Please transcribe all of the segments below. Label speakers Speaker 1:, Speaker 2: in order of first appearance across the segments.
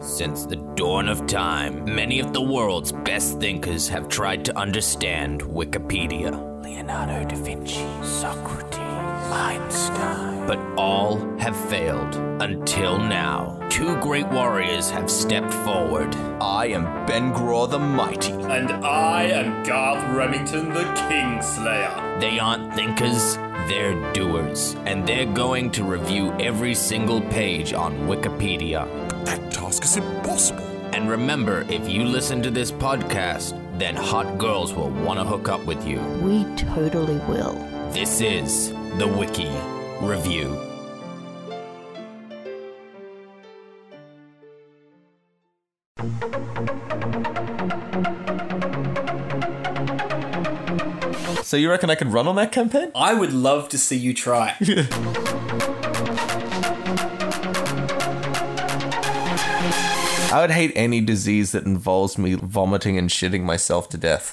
Speaker 1: Since the dawn of time, many of the world's best thinkers have tried to understand Wikipedia. Leonardo da Vinci, Socrates, Einstein. But all have failed until now. Two great warriors have stepped forward. I am Ben Graw the Mighty.
Speaker 2: And I am Garth Remington the Kingslayer.
Speaker 1: They aren't thinkers, they're doers. And they're going to review every single page on Wikipedia.
Speaker 3: That task is impossible.
Speaker 1: And remember, if you listen to this podcast, then hot girls will want to hook up with you.
Speaker 4: We totally will.
Speaker 1: This is the Wiki Review.
Speaker 5: So you reckon I could run on that campaign?
Speaker 2: I would love to see you try.
Speaker 5: I would hate any disease that involves me vomiting and shitting myself to death.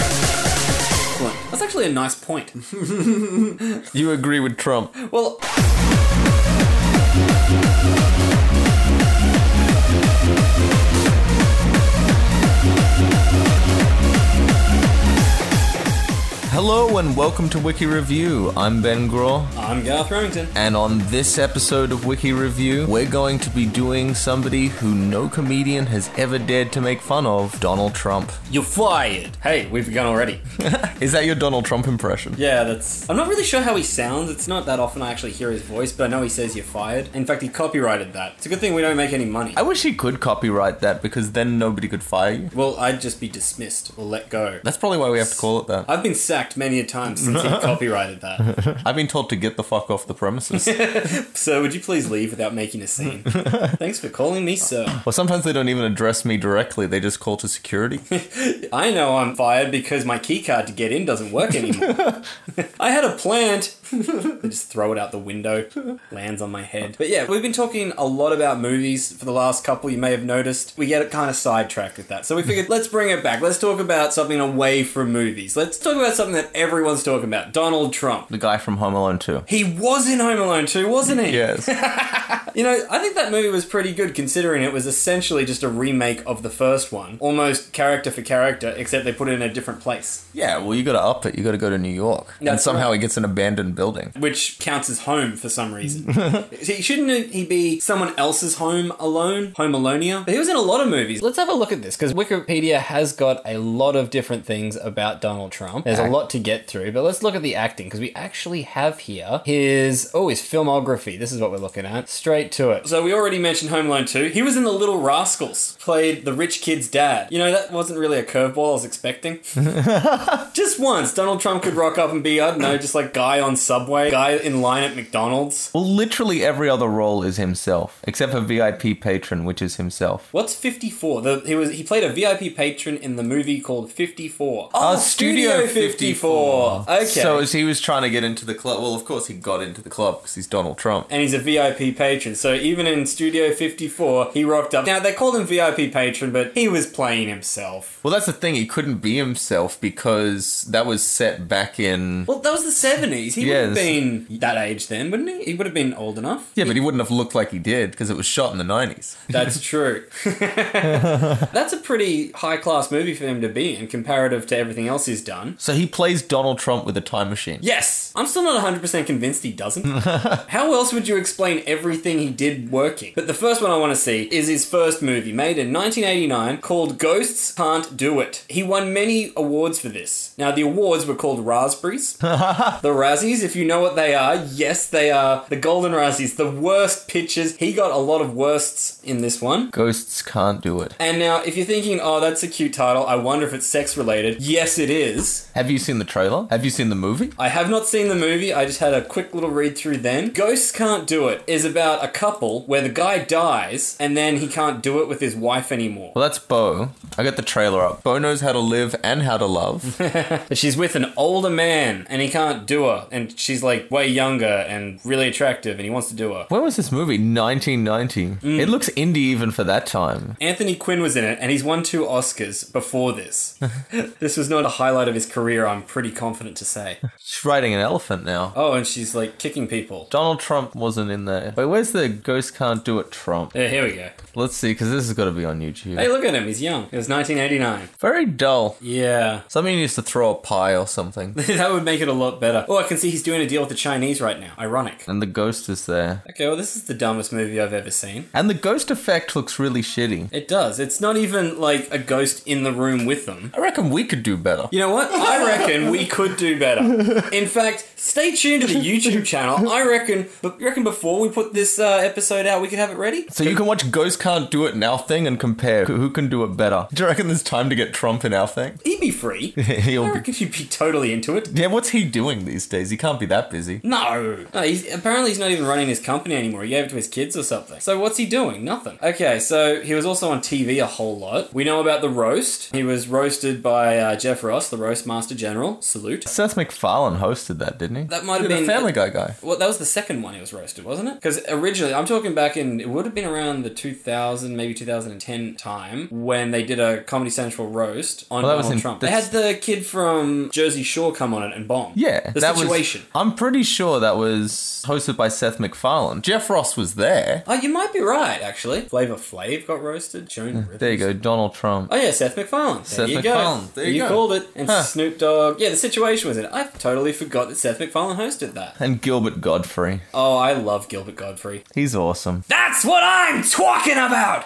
Speaker 2: Excellent. That's actually a nice point.
Speaker 5: You agree with Trump?
Speaker 2: Well,
Speaker 5: Hello and welcome to Wiki Review. I'm Ben Graw,
Speaker 2: I'm Garth Remington.
Speaker 5: and on this episode of Wiki Review, we're going to be doing somebody who no comedian has ever dared to make fun of, Donald Trump.
Speaker 2: You're fired. Hey, we've begun already.
Speaker 5: Is that your Donald Trump impression?
Speaker 2: Yeah, that's. I'm not really sure how he sounds. It's not that often I actually hear his voice, but I know he says you're fired. In fact, he copyrighted that. It's a good thing we don't make any money.
Speaker 5: I wish he could copyright that because then nobody could fire you.
Speaker 2: Well, I'd just be dismissed or let go.
Speaker 5: That's probably why we have to call it that.
Speaker 2: I've been sacked many a time since he copyrighted that.
Speaker 5: I've been told to get the fuck off the premises.
Speaker 2: So, would you please leave without making a scene? Thanks for calling me, sir.
Speaker 5: Well, sometimes they don't even address me directly, they just call to security.
Speaker 2: I know I'm fired because my keycard to get in doesn't work anymore. I had a plant. I just throw it out the window, lands on my head. But yeah, we've been talking a lot about movies for the last couple. You may have noticed we get kind of sidetracked with that. So we figured let's bring it back. Let's talk about something away from movies. Let's talk about something that everyone's talking about. Donald Trump.
Speaker 5: the guy from Home Alone 2.
Speaker 2: He was in Home Alone 2, wasn't he?
Speaker 5: Yes.
Speaker 2: You know, I think that movie was pretty good considering it was essentially just a remake of the first one, almost character for character, except they put it in a different place,
Speaker 5: yeah, well, you gotta up it. You gotta go to New York. and
Speaker 2: That's
Speaker 5: somehow
Speaker 2: right.
Speaker 5: he gets an abandoned building.
Speaker 2: which counts as home for some reason. See, Shouldn't he be someone else's home alone? Home Alonia? But he was in a lot of movies. Let's have a look at this because Wikipedia has got a lot of different things about Donald Trump. There's a lot to get through, but let's look at the acting because we actually have here his, oh, his filmography. This is what we're looking at. Straight to it. So we already mentioned Home Alone 2. He was in The Little Rascals, played the rich kid's dad. You know, that wasn't really a curveball I was expecting. just once, Donald Trump could rock up and be, I don't know, just like guy on Subway, guy in line at McDonald's.
Speaker 5: Well, literally every other role is himself, except for VIP patron, which is himself.
Speaker 2: What's 54? The, he was he played a VIP patron in the movie called 54.
Speaker 5: Oh,
Speaker 2: Okay.
Speaker 5: So as he was trying to get into the club, well, of course he got into the club because he's Donald Trump.
Speaker 2: and he's a VIP patron. So even in Studio 54, he rocked up. Now, they called him VIP patron, but he was playing himself.
Speaker 5: Well, that's the thing. He couldn't be himself because that was set back in.
Speaker 2: Well, that was the 70s. He would
Speaker 5: Yes.
Speaker 2: have been that age then, wouldn't he? He would have been old enough.
Speaker 5: Yeah, but he wouldn't have looked like he did because it was shot in the 90s.
Speaker 2: That's true. That's a pretty high class movie for him to be in comparative to everything else he's done.
Speaker 5: So he plays Donald Trump with a time machine.
Speaker 2: Yes! I'm still not 100% convinced he doesn't. How else would you explain everything he did working? But the first one I want to see is his first movie, made in 1989, called Ghosts Can't Do It. He won many awards for this. Now, the awards were called Raspberries. the Razzies, if you know what they are, yes, they are the Golden Razzies, the worst pitches. He got a lot of worsts in this one.
Speaker 5: Ghosts can't do it.
Speaker 2: And now, if you're thinking, oh, that's a cute title, I wonder if it's sex related. Yes, it is.
Speaker 5: Have you seen the trailer? Have you seen the movie?
Speaker 2: I have not seen the movie. I just had a quick little read through then. Ghosts Can't Do It is about a a couple where the guy dies and then he can't do it with his wife anymore.
Speaker 5: Well, that's Bo. I got the trailer up. Bo knows how to live and how to love.
Speaker 2: But she's with an older man and he can't do her. And she's like way younger and really attractive and he wants to do her.
Speaker 5: when was this movie? 1990. It looks indie even for that time.
Speaker 2: Anthony Quinn was in it and he's won two Oscars before this. this was not a highlight of his career, I'm pretty confident to say.
Speaker 5: She's riding an elephant now.
Speaker 2: Oh, and she's like kicking people.
Speaker 5: Donald Trump wasn't in there. Wait, where's the Ghost Can't Do It Trump?
Speaker 2: Yeah, here we go.
Speaker 5: Let's see, because this has got to be on YouTube.
Speaker 2: Hey, look at him. He's young. It was 1989.
Speaker 5: Very dull.
Speaker 2: Yeah.
Speaker 5: Somebody needs to throw a pie or something.
Speaker 2: that would make it a lot better. Oh, I can see he's doing a deal with the Chinese right now. Ironic.
Speaker 5: and the ghost is there.
Speaker 2: Okay, well, this is the dumbest movie I've ever seen.
Speaker 5: And the ghost effect looks really shitty.
Speaker 2: It does. It's not even like a ghost in the room with them.
Speaker 5: I reckon we could do better.
Speaker 2: You know what? I reckon we could do better. In fact, stay tuned to the YouTube channel. I reckon, but you reckon before we put this uh, episode out, we could have it ready.
Speaker 5: So you can watch Ghost Can't Do It in Our Thing and compare who who can do it better. Do you reckon there's time to get Trump in Our Thing?
Speaker 2: He'd be free. I
Speaker 5: He'll be-
Speaker 2: reckon he'd be totally into it.
Speaker 5: yeah, what's he doing these days? He can't be that busy.
Speaker 2: No. no he's, apparently, he's not even running his company anymore. He gave it to his kids or something. So, what's he doing? Nothing. Okay, so he was also on TV a whole lot. We know about the roast. He was roasted by uh, Jeff Ross, the roast master general. Salute.
Speaker 5: Seth MacFarlane hosted that, didn't he?
Speaker 2: That might have
Speaker 5: Yeah, the
Speaker 2: been-
Speaker 5: Family Guy guy.
Speaker 2: Well, that was the second one he was roasted, wasn't it? Because originally, I'm talking back in, it would have been around the 2000, maybe 2010 time when they did a Comedy Central roast on
Speaker 5: Well, that was
Speaker 2: Donald
Speaker 5: in-
Speaker 2: Trump. They had
Speaker 5: that's-
Speaker 2: the kid from Jersey Shore come on it and bomb.
Speaker 5: Yeah,
Speaker 2: The
Speaker 5: that
Speaker 2: situation.
Speaker 5: Was, I'm pretty sure that was hosted by Seth MacFarlane. Jeff Ross was there.
Speaker 2: Oh, you might be right, actually. Flavor Flav got roasted. Joan Rivers.
Speaker 5: There you go, Donald Trump.
Speaker 2: Oh yeah, Seth MacFarlane. There
Speaker 5: Seth
Speaker 2: you go.
Speaker 5: MacFarlane. There you go.
Speaker 2: called it. And
Speaker 5: Huh.
Speaker 2: Snoop Dogg. Yeah, the situation was in it. I totally forgot that Seth MacFarlane hosted that.
Speaker 5: And Gilbert Godfrey.
Speaker 2: Oh, I love Gilbert Godfrey.
Speaker 5: He's awesome.
Speaker 2: That's what I'm talking about!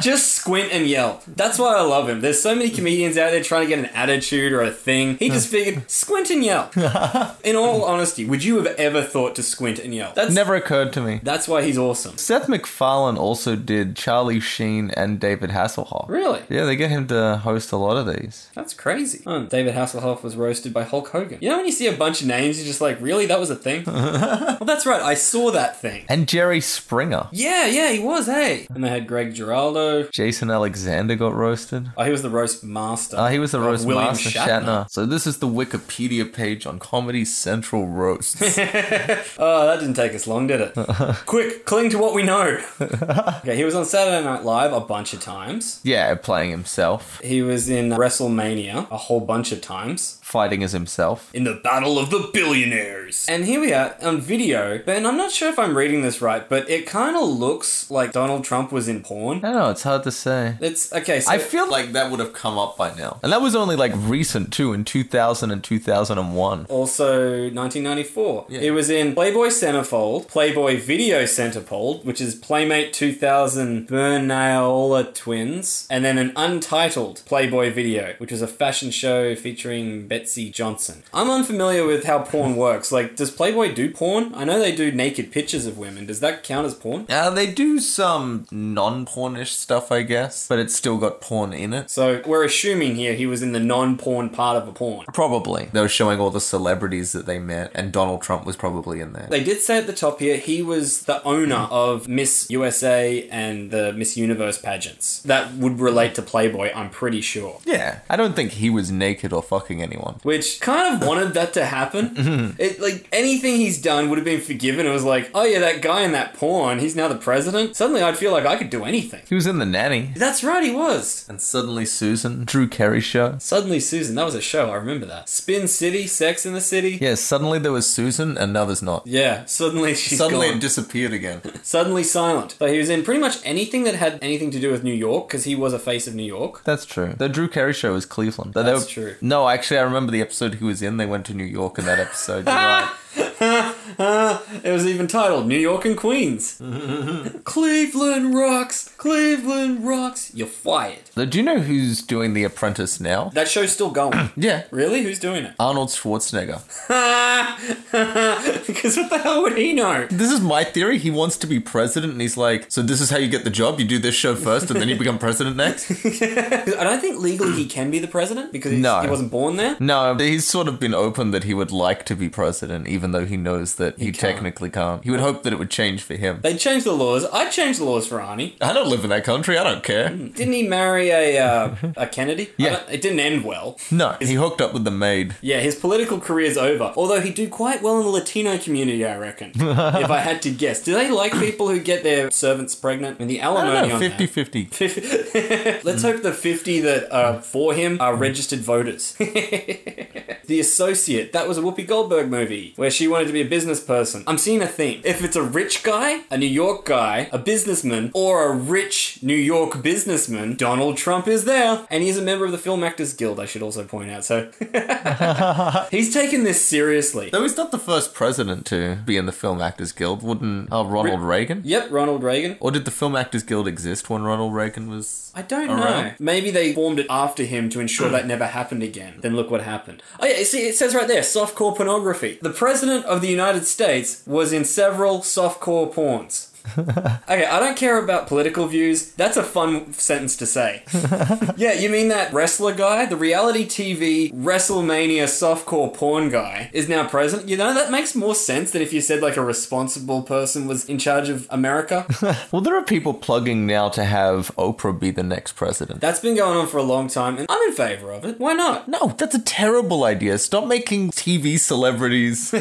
Speaker 2: Just squint and yell. That's why I love him. There's so many comedians out there trying to get an attitude or a thing. He just figured, squint and yell. In all honesty, would you have ever thought to squint and yell? That's
Speaker 5: Never occurred to me.
Speaker 2: That's why he's awesome.
Speaker 5: Seth MacFarlane also did Charlie Sheen and David Hasselhoff.
Speaker 2: Really?
Speaker 5: Yeah, they get him to host a lot of these.
Speaker 2: That's crazy. Oh, David Hasselhoff was roasted by Hulk Hogan. You know when you see a bunch of names, you're just like, really? That was a thing? well, that's right. I saw that thing.
Speaker 5: And Jerry Springer.
Speaker 2: Yeah, yeah, he was, hey. And they had Greg Giraldo.
Speaker 5: Jason Alexander got roasted.
Speaker 2: Oh, he was the roast master.
Speaker 5: Uh, he was the
Speaker 2: of
Speaker 5: roast master Shatner. So this is the Wikipedia page on Comedy Central roasts.
Speaker 2: Oh, that didn't take us long, did it? Quick, cling to what we know. okay, he was on Saturday Night Live a bunch of times.
Speaker 5: yeah, playing himself,
Speaker 2: He was in WrestleMania a whole bunch of times.
Speaker 5: fighting as himself.
Speaker 2: in the Battle of the Billionaires. And here we are on video, and I'm not sure if I'm reading this right, but it kind of looks like Donald Trump was in porn.
Speaker 5: I don't know. It's hard to say.
Speaker 2: It's okay. So
Speaker 5: I feel like that would have come up by now, and that was only like recent too, in 2000 and 2001.
Speaker 2: also 1994. It was in Playboy Centerfold, Playboy Video Centerfold, which is Playmate 2000 Bernayola Twins, and then an untitled Playboy Video, which was a fashion show featuring Betsy Johnson. I'm unfamiliar with how porn works. Like, does Playboy do porn? I know they do naked pictures of women. Does that count as porn?
Speaker 5: Uh, they do some non-pornish stuff, I guess, but it's still got porn in it.
Speaker 2: So we're assuming here he was in the non-porn part of a porn.
Speaker 5: Probably. They were showing all the celebrities that they met, and Donald Trump was probably in there.
Speaker 2: They did say at the top here he was the owner of Miss USA and the Miss Universe pageants. That would relate to Playboy, I'm pretty sure.
Speaker 5: yeah. I don't think he was naked or fucking anyone.
Speaker 2: Which kind of wanted that to
Speaker 5: Mm-hmm.
Speaker 2: happen. it like anything he's done would have been forgiven. It was like, oh yeah, that guy in that porn, he's now the president. Suddenly I'd feel like I could do anything.
Speaker 5: He was in The Nanny.
Speaker 2: That's right, he was.
Speaker 5: And suddenly Susan, Drew Carey show.
Speaker 2: Suddenly Susan, that was a show, I remember that. Spin City, Sex in the City.
Speaker 5: Yeah, suddenly there was Susan, and now there's not.
Speaker 2: Yeah, suddenly she's
Speaker 5: suddenly
Speaker 2: gone.
Speaker 5: it disappeared again.
Speaker 2: suddenly silent. But he was in pretty much anything that had anything to do with New York because he was a face of New York.
Speaker 5: That's true. The Drew Carey show was Cleveland. They- they
Speaker 2: That's
Speaker 5: were-
Speaker 2: true.
Speaker 5: No, actually, I remember the episode he was in. They went to New York in that episode. You're right.
Speaker 2: It was even titled New York and Queens. Cleveland rocks, Cleveland rocks. You're fired.
Speaker 5: So do you know who's doing The Apprentice now?
Speaker 2: That show's still going.
Speaker 5: Yeah.
Speaker 2: really? Who's doing it?
Speaker 5: Arnold Schwarzenegger.
Speaker 2: Because what the hell would he know?
Speaker 5: This is my theory. He wants to be president, and he's like, "So this is how you get the job. You do this show first, and then you become president next."
Speaker 2: 'Cause I don't think legally he can be the president because he's-
Speaker 5: No.
Speaker 2: he wasn't born there.
Speaker 5: No, he's sort of been open that he would like to be president, even though he knows that he,
Speaker 2: can't.
Speaker 5: technically can't. He would hope that it would change for him.
Speaker 2: They'd change the laws. I'd change the laws for Arnie.
Speaker 5: I don't live in that country. I don't care.
Speaker 2: Didn't he marry a uh, a Kennedy? I
Speaker 5: Yeah.
Speaker 2: don't- it didn't end well.
Speaker 5: No, he hooked up with the maid.
Speaker 2: Yeah, his political career's over. Although he did quite well in the Latino community, I reckon. if I had to guess, do they like people who get their servants pregnant? And the
Speaker 5: I don't
Speaker 2: alimony
Speaker 5: know,
Speaker 2: on
Speaker 5: 50
Speaker 2: that.
Speaker 5: 50.
Speaker 2: Let's hope the 50 that are for him are registered voters. the Associate, that was a Whoopi Goldberg movie where she wanted to be a business person. I'm seeing a theme. If it's a rich guy, a New York guy, a businessman, or a rich New York businessman, Donald Trump is there. And he's a member of the Film Actors Guild, I should also point out. So he's taken this seriously.
Speaker 5: Though he's not the first president to be in the Film Actors Guild, wouldn't oh, Ronald Reagan?
Speaker 2: Yep, Ronald Reagan.
Speaker 5: Or did the Film Actors Guild exist when Ronald Reagan was?
Speaker 2: I don't
Speaker 5: All
Speaker 2: know.
Speaker 5: right.
Speaker 2: Maybe they formed it after him to ensure that never happened again. Then look what happened. Oh yeah, you see, it says right there, softcore pornography. The president of the United States was in several softcore porns. okay, I don't care about political views. That's a fun sentence to say. yeah, you mean that wrestler guy, the reality TV WrestleMania softcore porn guy, is now president? You know, that makes more sense than if you said like a responsible person was in charge of America.
Speaker 5: Well, there are people plugging now to have Oprah be the next president.
Speaker 2: That's been going on for a long time, and I'm in favor of it. Why not?
Speaker 5: No, that's a terrible idea. Stop making TV celebrities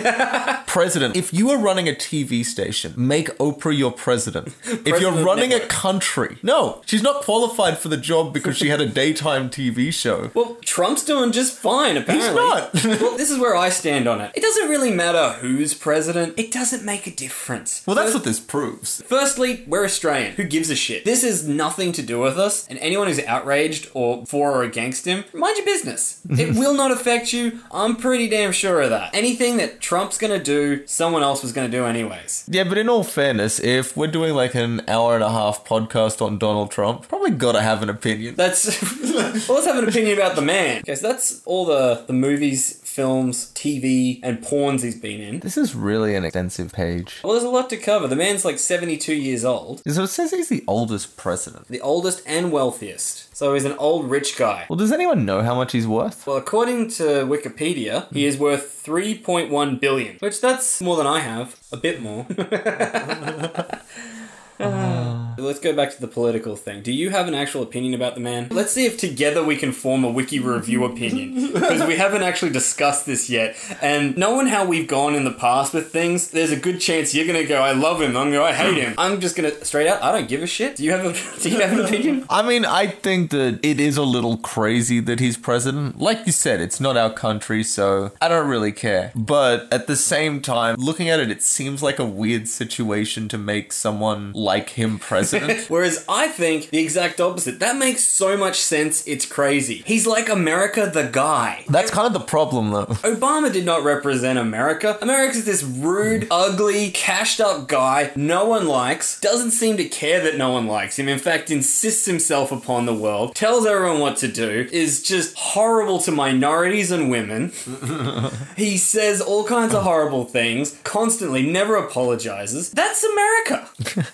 Speaker 5: president. If you are running a TV station, make Oprah your president. if you're
Speaker 2: President of
Speaker 5: running a
Speaker 2: network.
Speaker 5: country, no, she's not qualified for the job because she had a daytime TV show.
Speaker 2: Well, Trump's doing just fine, apparently.
Speaker 5: not.
Speaker 2: well, this is where I stand on it. It doesn't really matter who's president, it doesn't make a difference.
Speaker 5: Well, that's
Speaker 2: So-
Speaker 5: what this proves.
Speaker 2: Firstly, we're Australian. Who gives a shit? This is nothing to do with us, and anyone who's outraged or for or against him, mind your business. it will not affect you. I'm pretty damn sure of that. Anything that Trump's gonna do, someone else was gonna do anyways.
Speaker 5: Yeah, but in all fairness, if we're doing like an hour and a half podcast on Donald Trump, probably gotta have an opinion.
Speaker 2: That's well. Let's have an opinion about the man. Okay, so that's all the the movies, films, TV, and porns he's been in.
Speaker 5: This is really an extensive page.
Speaker 2: Well, there's a lot to cover. The man's like 72 years old,
Speaker 5: So it says he's the oldest president.
Speaker 2: the oldest and wealthiest. So he's an old rich guy.
Speaker 5: Well, does anyone know how much he's worth?
Speaker 2: Well, according to Wikipedia, he is worth 3.1 billion, which that's more than I have, a bit more. Uh, Let's go back to the political thing. Do you have an actual opinion about the man? Let's see if together we can form a wiki review opinion because we haven't actually discussed this yet. And knowing how we've gone in the past with things, there's a good chance you're gonna go, "I love him." I'm gonna go, "I hate him." I'm just gonna straight out, "I don't give a shit." Do you have a Do you have an opinion?
Speaker 5: I mean, I think that it is a little crazy that he's president. Like you said, it's not our country, so I don't really care. But at the same time, looking at it, it seems like a weird situation to make someone like him president.
Speaker 2: Whereas I think the exact opposite. That makes so much sense, it's crazy. He's like America the guy.
Speaker 5: That's kind of the problem, though.
Speaker 2: Obama did not represent America. America's this rude, ugly, cashed up guy no one likes, doesn't seem to care that no one likes him, in fact, insists himself upon the world, tells everyone what to do, is just horrible to minorities and women. he says all kinds of horrible things, constantly, never apologizes. That's America!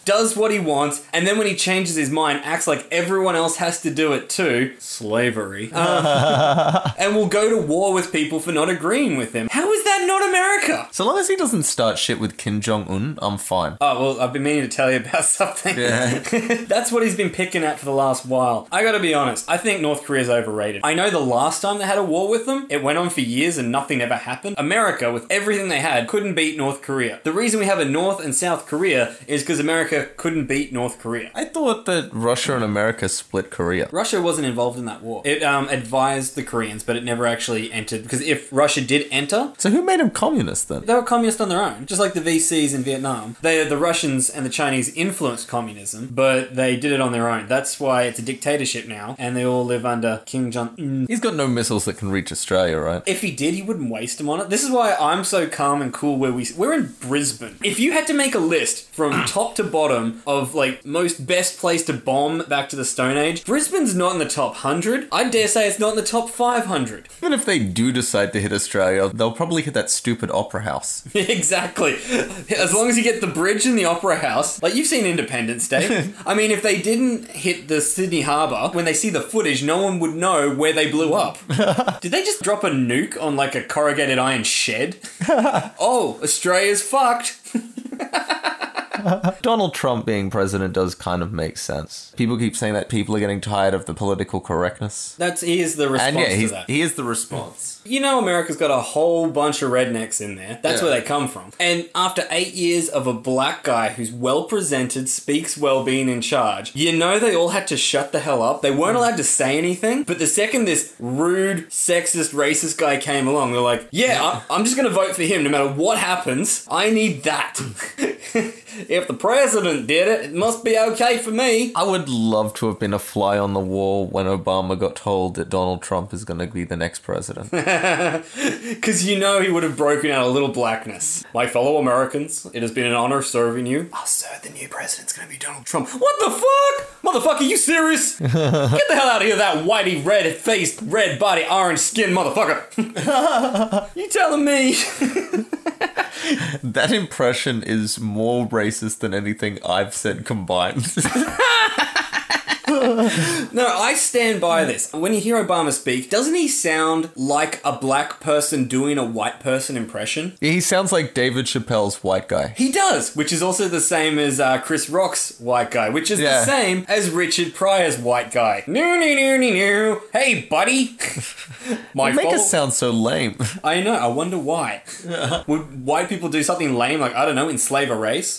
Speaker 2: does what he wants, and then when he changes his mind, acts like everyone else has to do it too. Slavery. Uh, and will go to war with people for not agreeing with him. How is that not America?
Speaker 5: So long as he doesn't start shit with Kim Jong Un, I'm fine.
Speaker 2: Oh, well, I've been meaning to tell you about something.
Speaker 5: Yeah.
Speaker 2: That's what he's been picking at for the last while. I gotta be honest, I think North Korea's overrated. I know the last time they had a war with them, it went on for years and nothing ever happened. America, with everything they had, couldn't beat North Korea. The reason we have a North and South Korea is because America couldn't beat North Korea.
Speaker 5: I thought that Russia and America split Korea.
Speaker 2: Russia wasn't involved in that war. It um, advised the Koreans, but it never actually entered. Because if Russia did enter,
Speaker 5: So who made him communist then?
Speaker 2: they were communist on their own, just like the VCs in Vietnam. They, the Russians and the Chinese influenced communism, but they did it on their own. That's why it's a dictatorship now, and they all live under Kim Jong Un.
Speaker 5: He's got no missiles that can reach Australia, right?
Speaker 2: If he did, he wouldn't waste them on it. This is why I'm so calm and cool. Where we we're in Brisbane. If you had to make a list from top to bottom of like most best place to bomb back to the Stone Age, Brisbane's not in the top hundred. I dare say it's not in the top five hundred.
Speaker 5: Even if they do decide to hit Australia, they'll probably hit that that stupid opera house.
Speaker 2: exactly. As long as you get the bridge and the opera house, like you've seen Independence Day. I mean, if they didn't hit the Sydney Harbour, when they see the footage, no one would know where they blew up. Did they just drop a nuke on like a corrugated iron shed? oh, Australia's fucked.
Speaker 5: Donald Trump being president does kind of make sense. People keep saying that people are getting tired of the political correctness.
Speaker 2: That's he is the response
Speaker 5: And yeah,
Speaker 2: to
Speaker 5: he's,
Speaker 2: that.
Speaker 5: he is the response.
Speaker 2: You know, America's got a whole bunch of rednecks in there. That's
Speaker 5: Yeah.
Speaker 2: where they come from. And after eight years of a black guy who's well presented, speaks well, being in charge, you know they all had to shut the hell up. They weren't allowed to say anything. But the second this rude, sexist, racist guy came along, they're like, yeah, I- I'm just going to vote for him no matter what happens. I need that. if the president did it, it must be okay for me.
Speaker 5: I would love to have been a fly on the wall when Obama got told that Donald Trump is going to be the next president.
Speaker 2: Because you know he would have broken out a little blackness. My fellow Americans, it has been an honor serving you. Oh, sir, the new president's gonna be Donald Trump. What the fuck? Motherfucker, you serious? Get the hell out of here, that whitey, red faced, red body, orange skinned motherfucker. you telling me?
Speaker 5: that impression is more racist than anything I've said combined.
Speaker 2: No, I stand by this. When you hear Obama speak, doesn't he sound like a black person doing a white person impression?
Speaker 5: he sounds like David Chappelle's white guy.
Speaker 2: He does, which is also the same as uh, Chris Rock's white guy, which is the
Speaker 5: Yeah.
Speaker 2: same as Richard Pryor's white guy. No, no, no, no, no. Hey, buddy. My
Speaker 5: Make
Speaker 2: fault.
Speaker 5: us sound so lame.
Speaker 2: I know. I wonder why. Would white people do something lame, like I don't know, enslave a race?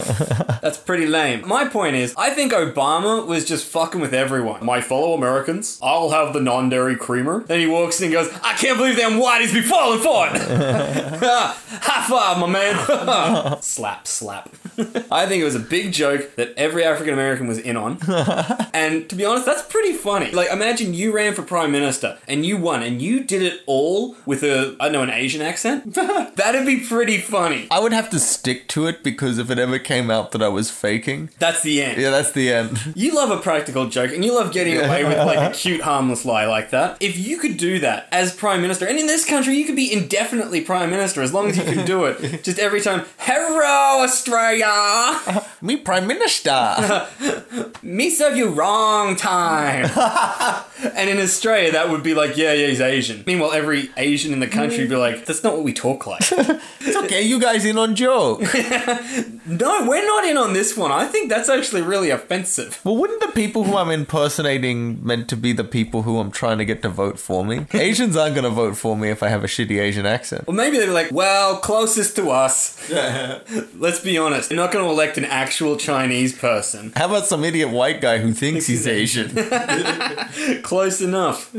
Speaker 2: That's pretty lame. My point is, I think Obama was just fucking with everyone. My fellow Americans, I'll have the non-dairy creamer. Then he walks in and goes, "I can't believe them whiteys be falling for it." High five, my man. slap, slap. I think it was a big joke that every African American was in on. And to be honest, that's pretty funny. Like, imagine you ran for prime minister and you won, and you did it all with a I don't know an Asian accent. That'd be pretty funny.
Speaker 5: I would have to stick to it because if it ever came out that I was faking,
Speaker 2: That's the end.
Speaker 5: yeah, that's the end.
Speaker 2: You love a practical joke, and you love getting away with like a cute, harmless lie like that. If you could do that as prime minister, and in this country, you could be indefinitely prime minister as long as you can do it. Just every time, hello Australia.
Speaker 5: Me prime minister.
Speaker 2: me serve you wrong time. and in Australia, that would be like, yeah, yeah, he's Asian. Meanwhile, every Asian in the country would be like, that's not what we talk like.
Speaker 5: it's okay, you guys in on joke.
Speaker 2: no, we're not in on this one. I think that's actually really offensive.
Speaker 5: Well, wouldn't the people who I'm impersonating meant to be the people who I'm trying to get to vote for me? Asians aren't going to vote for me if I have a shitty Asian accent.
Speaker 2: Or maybe they'd be like, well, closest to us. Let's be honest, you're not going to elect an actual Chinese person.
Speaker 5: How about some idiot white guy who thinks he's Asian?
Speaker 2: Close enough.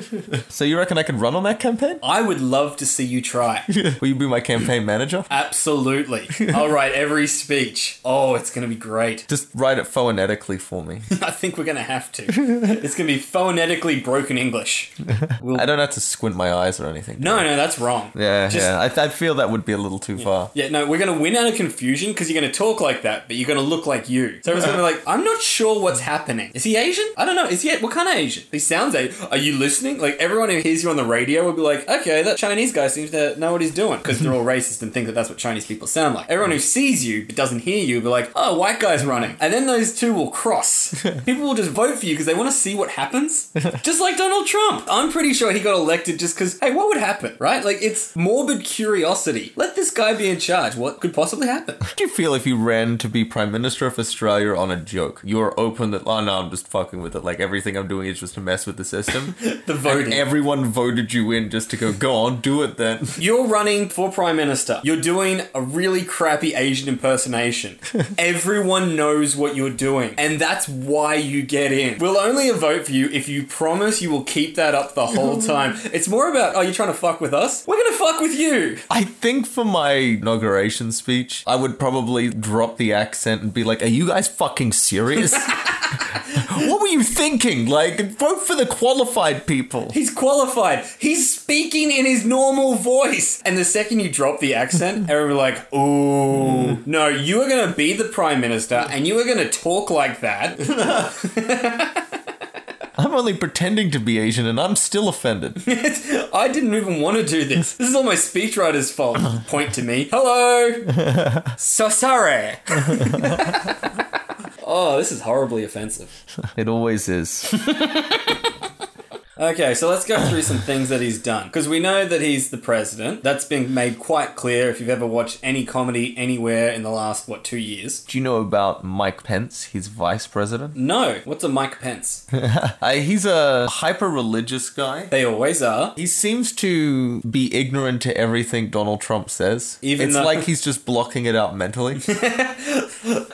Speaker 5: so you reckon I could run on that campaign?
Speaker 2: I would love to see you try.
Speaker 5: Will you be my campaign manager?
Speaker 2: Absolutely. I'll write every speech. Oh, it's going to be great.
Speaker 5: Just write it phonetically for me.
Speaker 2: I think we're going to have to. It's going to be phonetically broken English.
Speaker 5: I don't have to squint my eyes or anything.
Speaker 2: No, no, that's wrong.
Speaker 5: Yeah,
Speaker 2: Just-
Speaker 5: yeah. I, th- I feel that would be a little too far.
Speaker 2: Yeah, no, we're going to win out of confusion because you're going to talk like that, but you're going to look like you. So everyone's going to be like, I'm not sure what's happening. Is he Asian? I don't know. Is he, what kind of Asian? He sounds Asian. Are you listening? Like, everyone who hears you on the radio will be like, okay, that Chinese guy seems to know what he's doing because they're all racist and think that that's what Chinese people sound like. Everyone who sees you but doesn't hear you will be like, oh, white guy's running. And then those two will cross. people will just vote for you because they want to see what happens. just like Donald Trump. I'm pretty sure he got elected just because, hey, what would happen, right? Like, it's morbid curiosity. Let this guy be in charge. What could possibly happen?
Speaker 5: How do you feel if you ran to be Prime Minister of Australia on a joke? You're open that, oh no, I'm just fucking with it. Like everything I'm doing is just to mess with the system.
Speaker 2: The voting.
Speaker 5: Everyone voted you in just to go, go on, do it then.
Speaker 2: You're running for prime minister. You're doing a really crappy Asian impersonation. Everyone knows what you're doing, and that's why you get in. We'll only vote for you if you promise you will keep that up the whole time. It's more about, oh, you're trying to fuck with us? We're gonna fuck with you.
Speaker 5: I think for my inauguration speech, I would probably drop the accent and be like, are you guys fucking serious? what were you thinking? Like, vote for the qualified people.
Speaker 2: He's qualified. He's speaking in his normal voice. And the second you drop the accent, everyone will be like, ooh. No, you are gonna be the prime minister, and you are gonna talk like that.
Speaker 5: I'm only pretending to be Asian and I'm still offended.
Speaker 2: I didn't even want to do this. This is all my speechwriter's fault. Point to me. Hello. so sorry. oh, this is horribly offensive.
Speaker 5: It always is.
Speaker 2: Okay, so let's go through some things that he's done. Because we know that he's the president. That's been made quite clear if you've ever watched any comedy anywhere in the last, what, two years?
Speaker 5: Do you know about Mike Pence? He's vice president.
Speaker 2: No. What's a Mike Pence?
Speaker 5: Uh, he's a hyper religious guy.
Speaker 2: They always are.
Speaker 5: He seems to be ignorant to everything Donald Trump says.
Speaker 2: Even
Speaker 5: it's
Speaker 2: though-
Speaker 5: like he's just blocking it out mentally.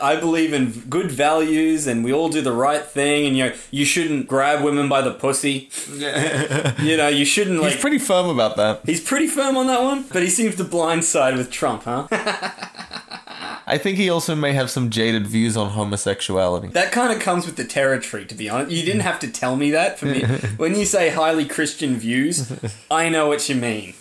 Speaker 2: I believe in good values and we all do the right thing and you know, you shouldn't grab women by the pussy. you know, you shouldn't like
Speaker 5: he's pretty firm about that.
Speaker 2: He's pretty firm on that one, but he seems to blindside with Trump, huh?
Speaker 5: I think he also may have some jaded views on homosexuality.
Speaker 2: That kind of comes with the territory, to be honest. You didn't have to tell me that for me. when you say highly Christian views, I know what you mean.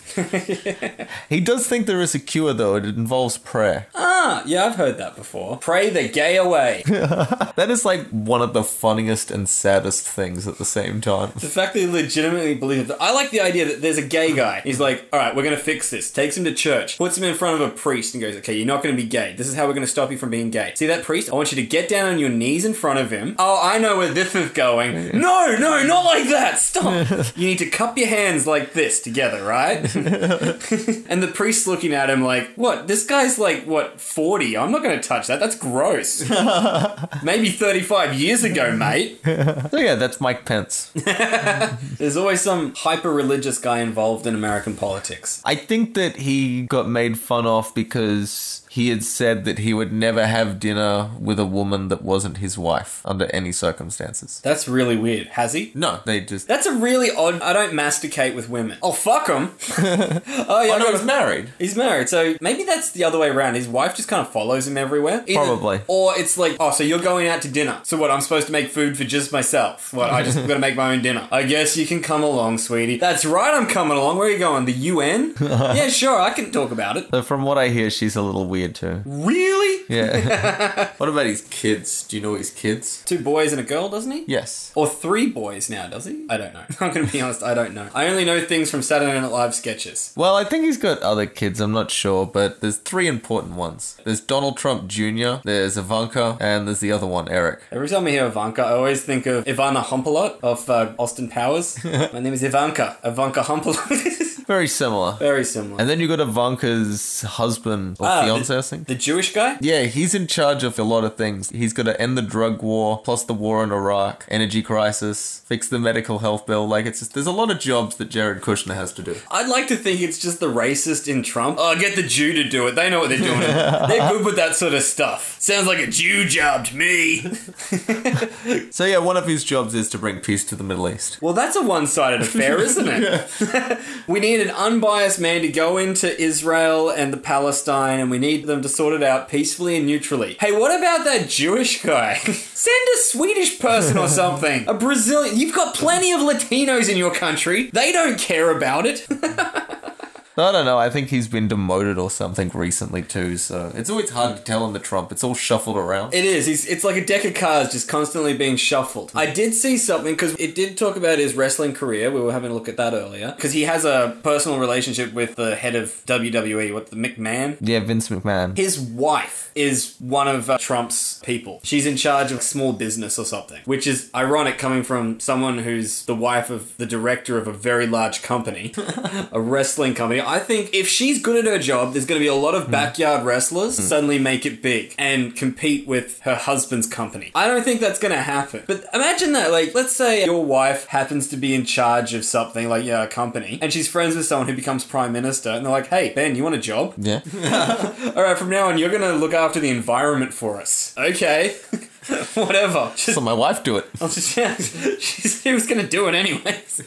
Speaker 5: He does think there is a cure, though. It involves prayer.
Speaker 2: Ah, yeah, I've heard that before. Pray the gay away.
Speaker 5: That is like one of the funniest and saddest things at the same time.
Speaker 2: the fact that he legitimately believes it. I like the idea that there's a gay guy. He's like, all right, we're going to fix this. Takes him to church, puts him in front of a priest, and goes, okay, you're not going to be gay. This is how we're going to stop you from being gay. See that priest? I want you to get down on your knees in front of him. Oh, I know where this is going. No, no, not like that. Stop. you need to cup your hands like this together, right? and the priest's looking at him like, what? This guy's like, what, 40? I'm not going to touch that. That's gross. Maybe 35 years ago, mate.
Speaker 5: So, yeah, that's Mike Pence.
Speaker 2: There's always some hyper religious guy involved in American politics.
Speaker 5: I think that he got made fun of because he had said that he would never have dinner with a woman that wasn't his wife under any circumstances.
Speaker 2: That's really weird. Has he?
Speaker 5: No, they just.
Speaker 2: That's a really odd. I don't masticate with women. Oh, fuck him. oh, yeah.
Speaker 5: Oh no,
Speaker 2: I
Speaker 5: he's
Speaker 2: gotta-
Speaker 5: married.
Speaker 2: He's married, so maybe that's the other way around. His wife just kind of follows him everywhere. Either-
Speaker 5: Probably.
Speaker 2: Or it's like, oh, so you're going out to dinner. So what, I'm supposed to make food for just myself. What, I just gotta make my own dinner. I guess you can come along, sweetie. That's right, I'm coming along. Where are you going? The UN? yeah, sure, I can talk about it.
Speaker 5: So from what I hear, she's a little weird too.
Speaker 2: Really?
Speaker 5: Yeah. what about his kids? Do you know his kids?
Speaker 2: Two boys and a girl, doesn't he?
Speaker 5: Yes.
Speaker 2: Or three boys now, does he? I don't know. I'm going to be honest, I don't know. I only know things from Saturday Night Live sketches.
Speaker 5: Well, I think he's got other kids, I'm not sure, but there's three important ones. There's Donald Trump Jr., there's Ivanka, and there's the other one, Eric.
Speaker 2: Every time I hear Ivanka, I always think of Ivana Humpelot of uh, Austin Powers. My name is Ivanka. Ivanka Humpelot.
Speaker 5: Very similar.
Speaker 2: Very similar.
Speaker 5: And then you got Ivanka's husband or
Speaker 2: Ah,
Speaker 5: fiance,
Speaker 2: the,
Speaker 5: I think.
Speaker 2: the Jewish guy?
Speaker 5: Yeah, he's in charge of a lot of things. He's got to end the drug war, plus the war in Iraq, energy crisis, fix the medical health bill. Like, it's just, there's a lot of jobs that Jared Kushner has to do.
Speaker 2: I'd like to think it's just the racist in Trump. Oh, get the Jew to do it. They know what they're doing. they're good with that sort of stuff. Sounds like a Jew job to me.
Speaker 5: So, yeah, one of his jobs is to bring peace to the Middle East.
Speaker 2: Well, that's a one sided affair, isn't it? we need an unbiased man to go into Israel and the Palestine, and we need them to sort it out peacefully and neutrally. Hey, what about that Jewish guy? Send a Swedish person or something. A Brazilian. You've got plenty of Latinos in your country, they don't care about it.
Speaker 5: I don't know, I think he's been demoted or something recently, too, so it's always hard to tell on the Trump. It's all shuffled around.
Speaker 2: It is. He's, it's like a deck of cards just constantly being shuffled. I did see something because it did talk about his wrestling career. We were having a look at that earlier because he has a personal relationship with the head of WWE, what the McMahon.
Speaker 5: yeah, Vince McMahon.
Speaker 2: His wife is one of uh, Trump's people. She's in charge of small business or something, which is ironic coming from someone who's the wife of the director of a very large company, a wrestling company. I think if she's good at her job, there's going to be a lot of backyard wrestlers suddenly make it big and compete with her husband's company. I don't think that's going to happen. But imagine that, like, let's say your wife happens to be in charge of something, like, yeah, a company, and she's friends with someone who becomes prime minister, and they're like, hey, Ben, you want a job?
Speaker 5: yeah.
Speaker 2: All right, from now on, you're gonna look after the environment for us. Okay, whatever. Just,
Speaker 5: so my wife do it.
Speaker 2: I'll just yeah, she's, he was gonna do it anyways.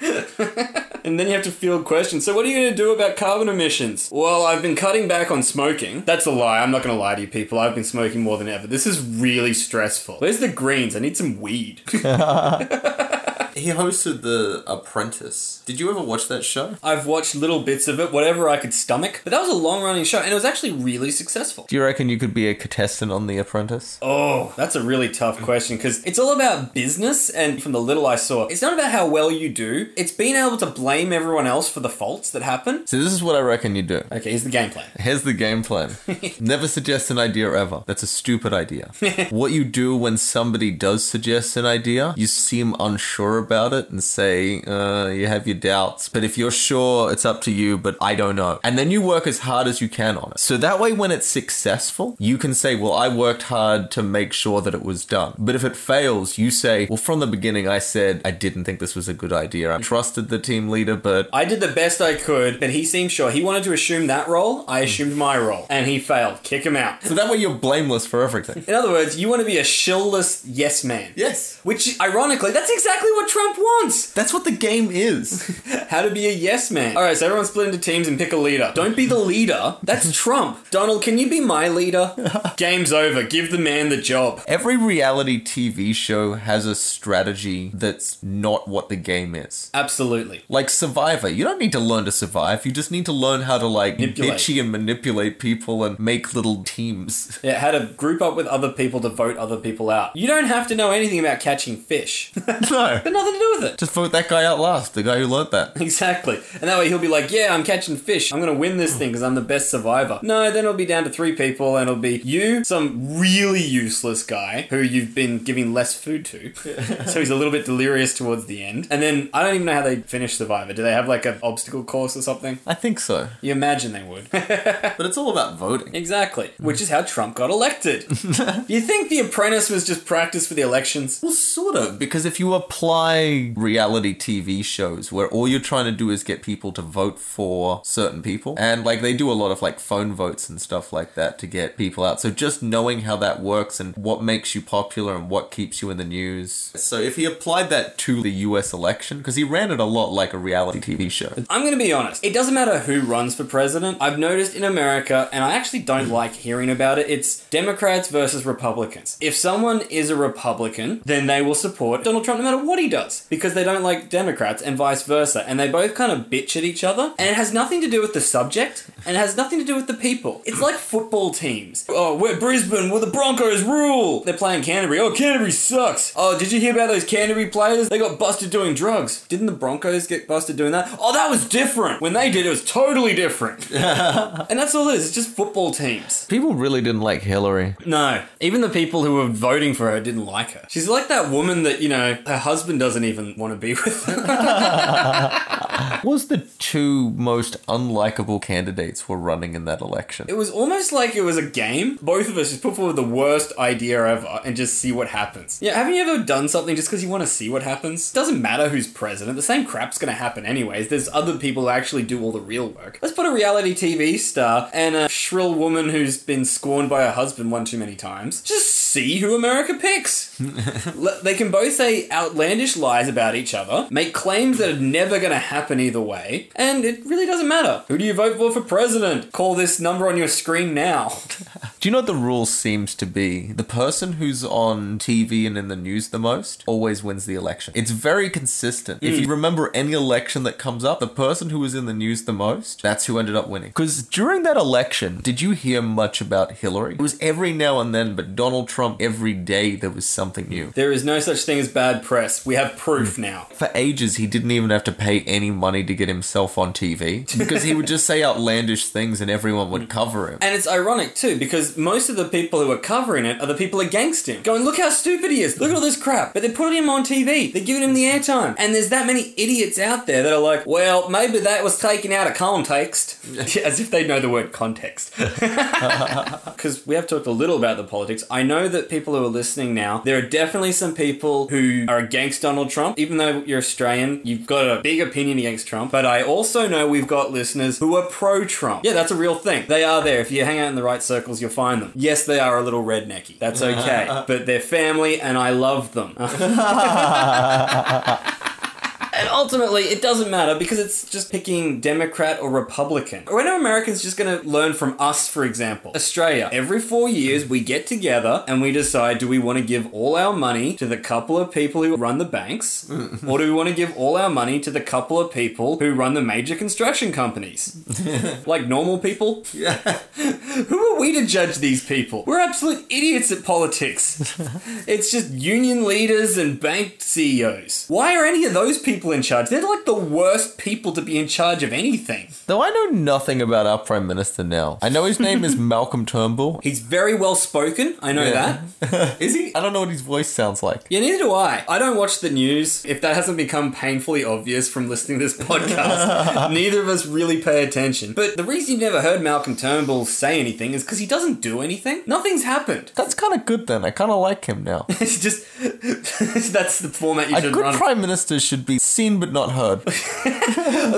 Speaker 2: and then you have to field questions. So, what are you gonna do about carbon emissions? Well, I've been cutting back on smoking. That's a lie. I'm not gonna lie to you people. I've been smoking more than ever. This is really stressful. Where's the greens? I need some weed.
Speaker 5: He hosted The Apprentice. Did you ever watch that show?
Speaker 2: I've watched little bits of it, whatever I could stomach. But that was a long running show, and it was actually really successful.
Speaker 5: Do you reckon you could be a contestant on The Apprentice?
Speaker 2: Oh, that's a really tough question because it's all about business. And from the little I saw, it's not about how well you do, it's being able to blame everyone else for the faults that happen.
Speaker 5: So this is what I reckon you do.
Speaker 2: Okay, here's the game plan.
Speaker 5: Here's the game plan. Never suggest an idea ever. That's a stupid idea. what you do when somebody does suggest an idea, you seem unsure about it and say, uh, you have your doubts. But if you're sure, it's up to you, but I don't know. And then you work as hard as you can on it. So that way, when it's successful, you can say, well, I worked hard to make sure that it was done. But if it fails, you say, well, from the beginning, I said, I didn't think this was a good idea. I trusted the team leader, but
Speaker 2: I did the best I could, but he seemed sure. He wanted to assume that role, I assumed my role, and he failed. Kick him out.
Speaker 5: so that way you're blameless for everything.
Speaker 2: In other words, you want to be a shillless yes man.
Speaker 5: Yes.
Speaker 2: Which, ironically, that's exactly what Trump wants.
Speaker 5: That's what the game is.
Speaker 2: How to be a yes man. All right, so everyone split into teams and pick a leader. Don't be the leader. That's Trump. Donald, can you be my leader? Game's over. Give the man the job.
Speaker 5: Every reality TV show has a strategy that's not what the game is.
Speaker 2: Absolutely.
Speaker 5: Like Survivor, you don't need to learn to survive. You just need to learn how to like
Speaker 2: Manipulate.
Speaker 5: bitchy and manipulate people and make little teams.
Speaker 2: Yeah, how to group up with other people to vote other people out. You don't have to know anything about catching fish. Got
Speaker 5: no,
Speaker 2: nothing to do with it.
Speaker 5: just vote that guy out last. The guy who learnt that.
Speaker 2: Exactly. And that way he'll be like, yeah, I'm catching fish. I'm going to win this thing because I'm the best survivor. No, then it'll be down to three people and it'll be you, some really useless guy who you've been giving less food to. so he's a little bit delirious towards the end. And then I don't even know how they finish Survivor. Do they have like an obstacle course or something?
Speaker 5: I think so,
Speaker 2: You imagine they would.
Speaker 5: but it's all about voting.
Speaker 2: exactly. Which is how Trump got elected. you think The Apprentice was just practice for the elections?
Speaker 5: Well, sort of, because if you apply reality TV shows where all you're trying to do is get people to vote for certain people, and like they do a lot of like phone votes and stuff like that to get people out. So just knowing how that works and what makes you popular and what keeps you in the news. So if he applied that to the US election, because he ran it a lot like a reality TV show.
Speaker 2: I'm going to be honest. It doesn't matter who runs for president. I've noticed in America, and I actually don't like hearing about it, it's Democrats versus Republicans. If someone is a Republican, then they will support Donald Trump no matter what he does because they don't like Democrats and vice versa. And they both kind of bitch at each other. And it has nothing to do with the subject and it has nothing to do with the people. It's like football teams. Oh, we're Brisbane. We're the Broncos rule. They're playing Canterbury. Oh, Canterbury sucks. Oh, did you hear about those Canterbury players? They got busted doing drugs. Didn't the Broncos get busted doing that? Oh, that was different. When they did, it was totally different. and that's all it is. It's just football teams.
Speaker 5: People really didn't like Hillary.
Speaker 2: No, even the people who were voting for her didn't like her. She's like that woman that you know her husband doesn't even want to be with.
Speaker 5: What was the two most unlikable candidates were running in that election?
Speaker 2: it was almost like it was a game. Both of us just put forward the worst idea ever and just see what happens. Yeah, have you ever done something just because you want to see what happens? Doesn't matter who's president. The same crap's going to happen anyways. There's other people who actually do all the real work. Let's put a reality TV star and a shrill woman who's been scorned by her husband one too many times. Just see who America picks. L- they can both say outlandish lies about each other, make claims that are never going to happen either way, and it really doesn't matter. Who do you vote for for president? Call this number on your screen now.
Speaker 5: Do you know what the rule seems to be? The person who's on TV and in the news the most always wins the election. It's very consistent. If you remember any election that comes up, the person who was in the news the most, that's who ended up winning. Because during that election, did you hear much about Hillary? It was every now and then, but Donald Trump, every day there was something new.
Speaker 2: there is no such thing as bad press. We have proof now.
Speaker 5: For ages, he didn't even have to pay any money to get himself on TV because he would just say outlandish things and everyone would cover him.
Speaker 2: And it's ironic too, because most of the people who are covering it are the people against him, going, "Look how stupid he is! Look at all this crap!" But they're putting him on TV. They're giving him the airtime, and there's that many idiots out there that are like, "Well, maybe that was taken out of context," as if they know the word context. Because we have talked a little about the politics. I know that people who are listening now, there are definitely some people who are against Donald Trump. Even though you're Australian, you've got a big opinion against Trump. But I also know we've got listeners who are pro Trump. Yeah, that's a real thing. They are there. If you hang out in the right circles, you'll find them. Yes, they are a little rednecky. That's okay. but they're family and I love them. And ultimately, it doesn't matter because it's just picking Democrat or Republican. When are Americans just going to learn from us, for example? Australia. Every four years, we get together and we decide do we want to give all our money to the couple of people who run the banks? or do we want to give all our money to the couple of people who run the major construction companies? like normal people? Yeah. who are we to judge these people? We're absolute idiots at politics. It's just union leaders and bank CEOs. Why are any of those people in charge? They're like the worst people to be in charge of anything.
Speaker 5: Though I know nothing about our prime minister now. I know his name is Malcolm Turnbull.
Speaker 2: He's very well spoken, I know that.
Speaker 5: Yeah. Is he? I don't know what his voice sounds like.
Speaker 2: Yeah, neither do I. I don't watch the news. If that hasn't become painfully obvious from listening to this podcast, neither of us really pay attention. But the reason you've never heard Malcolm Turnbull say anything is because he doesn't do anything. Nothing's happened.
Speaker 5: That's kind of good then. I kind of like him now.
Speaker 2: It's just that's the format you
Speaker 5: A
Speaker 2: should
Speaker 5: good
Speaker 2: run.
Speaker 5: prime minister should be seen but not heard.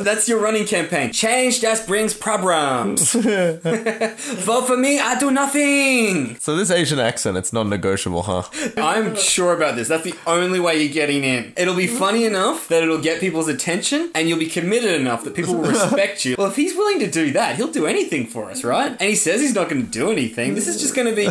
Speaker 2: That's your running campaign. Change that brings problems. Vote for me, I do nothing.
Speaker 5: So this Asian accent, it's non-negotiable, huh?
Speaker 2: I'm sure about this. That's the only way you're getting in. It'll be funny enough that it'll get people's attention, and you'll be committed enough that people will respect you. Well, if he's willing to do that, he'll do anything for us, right? And he says he's not going to do anything. This is just going to be.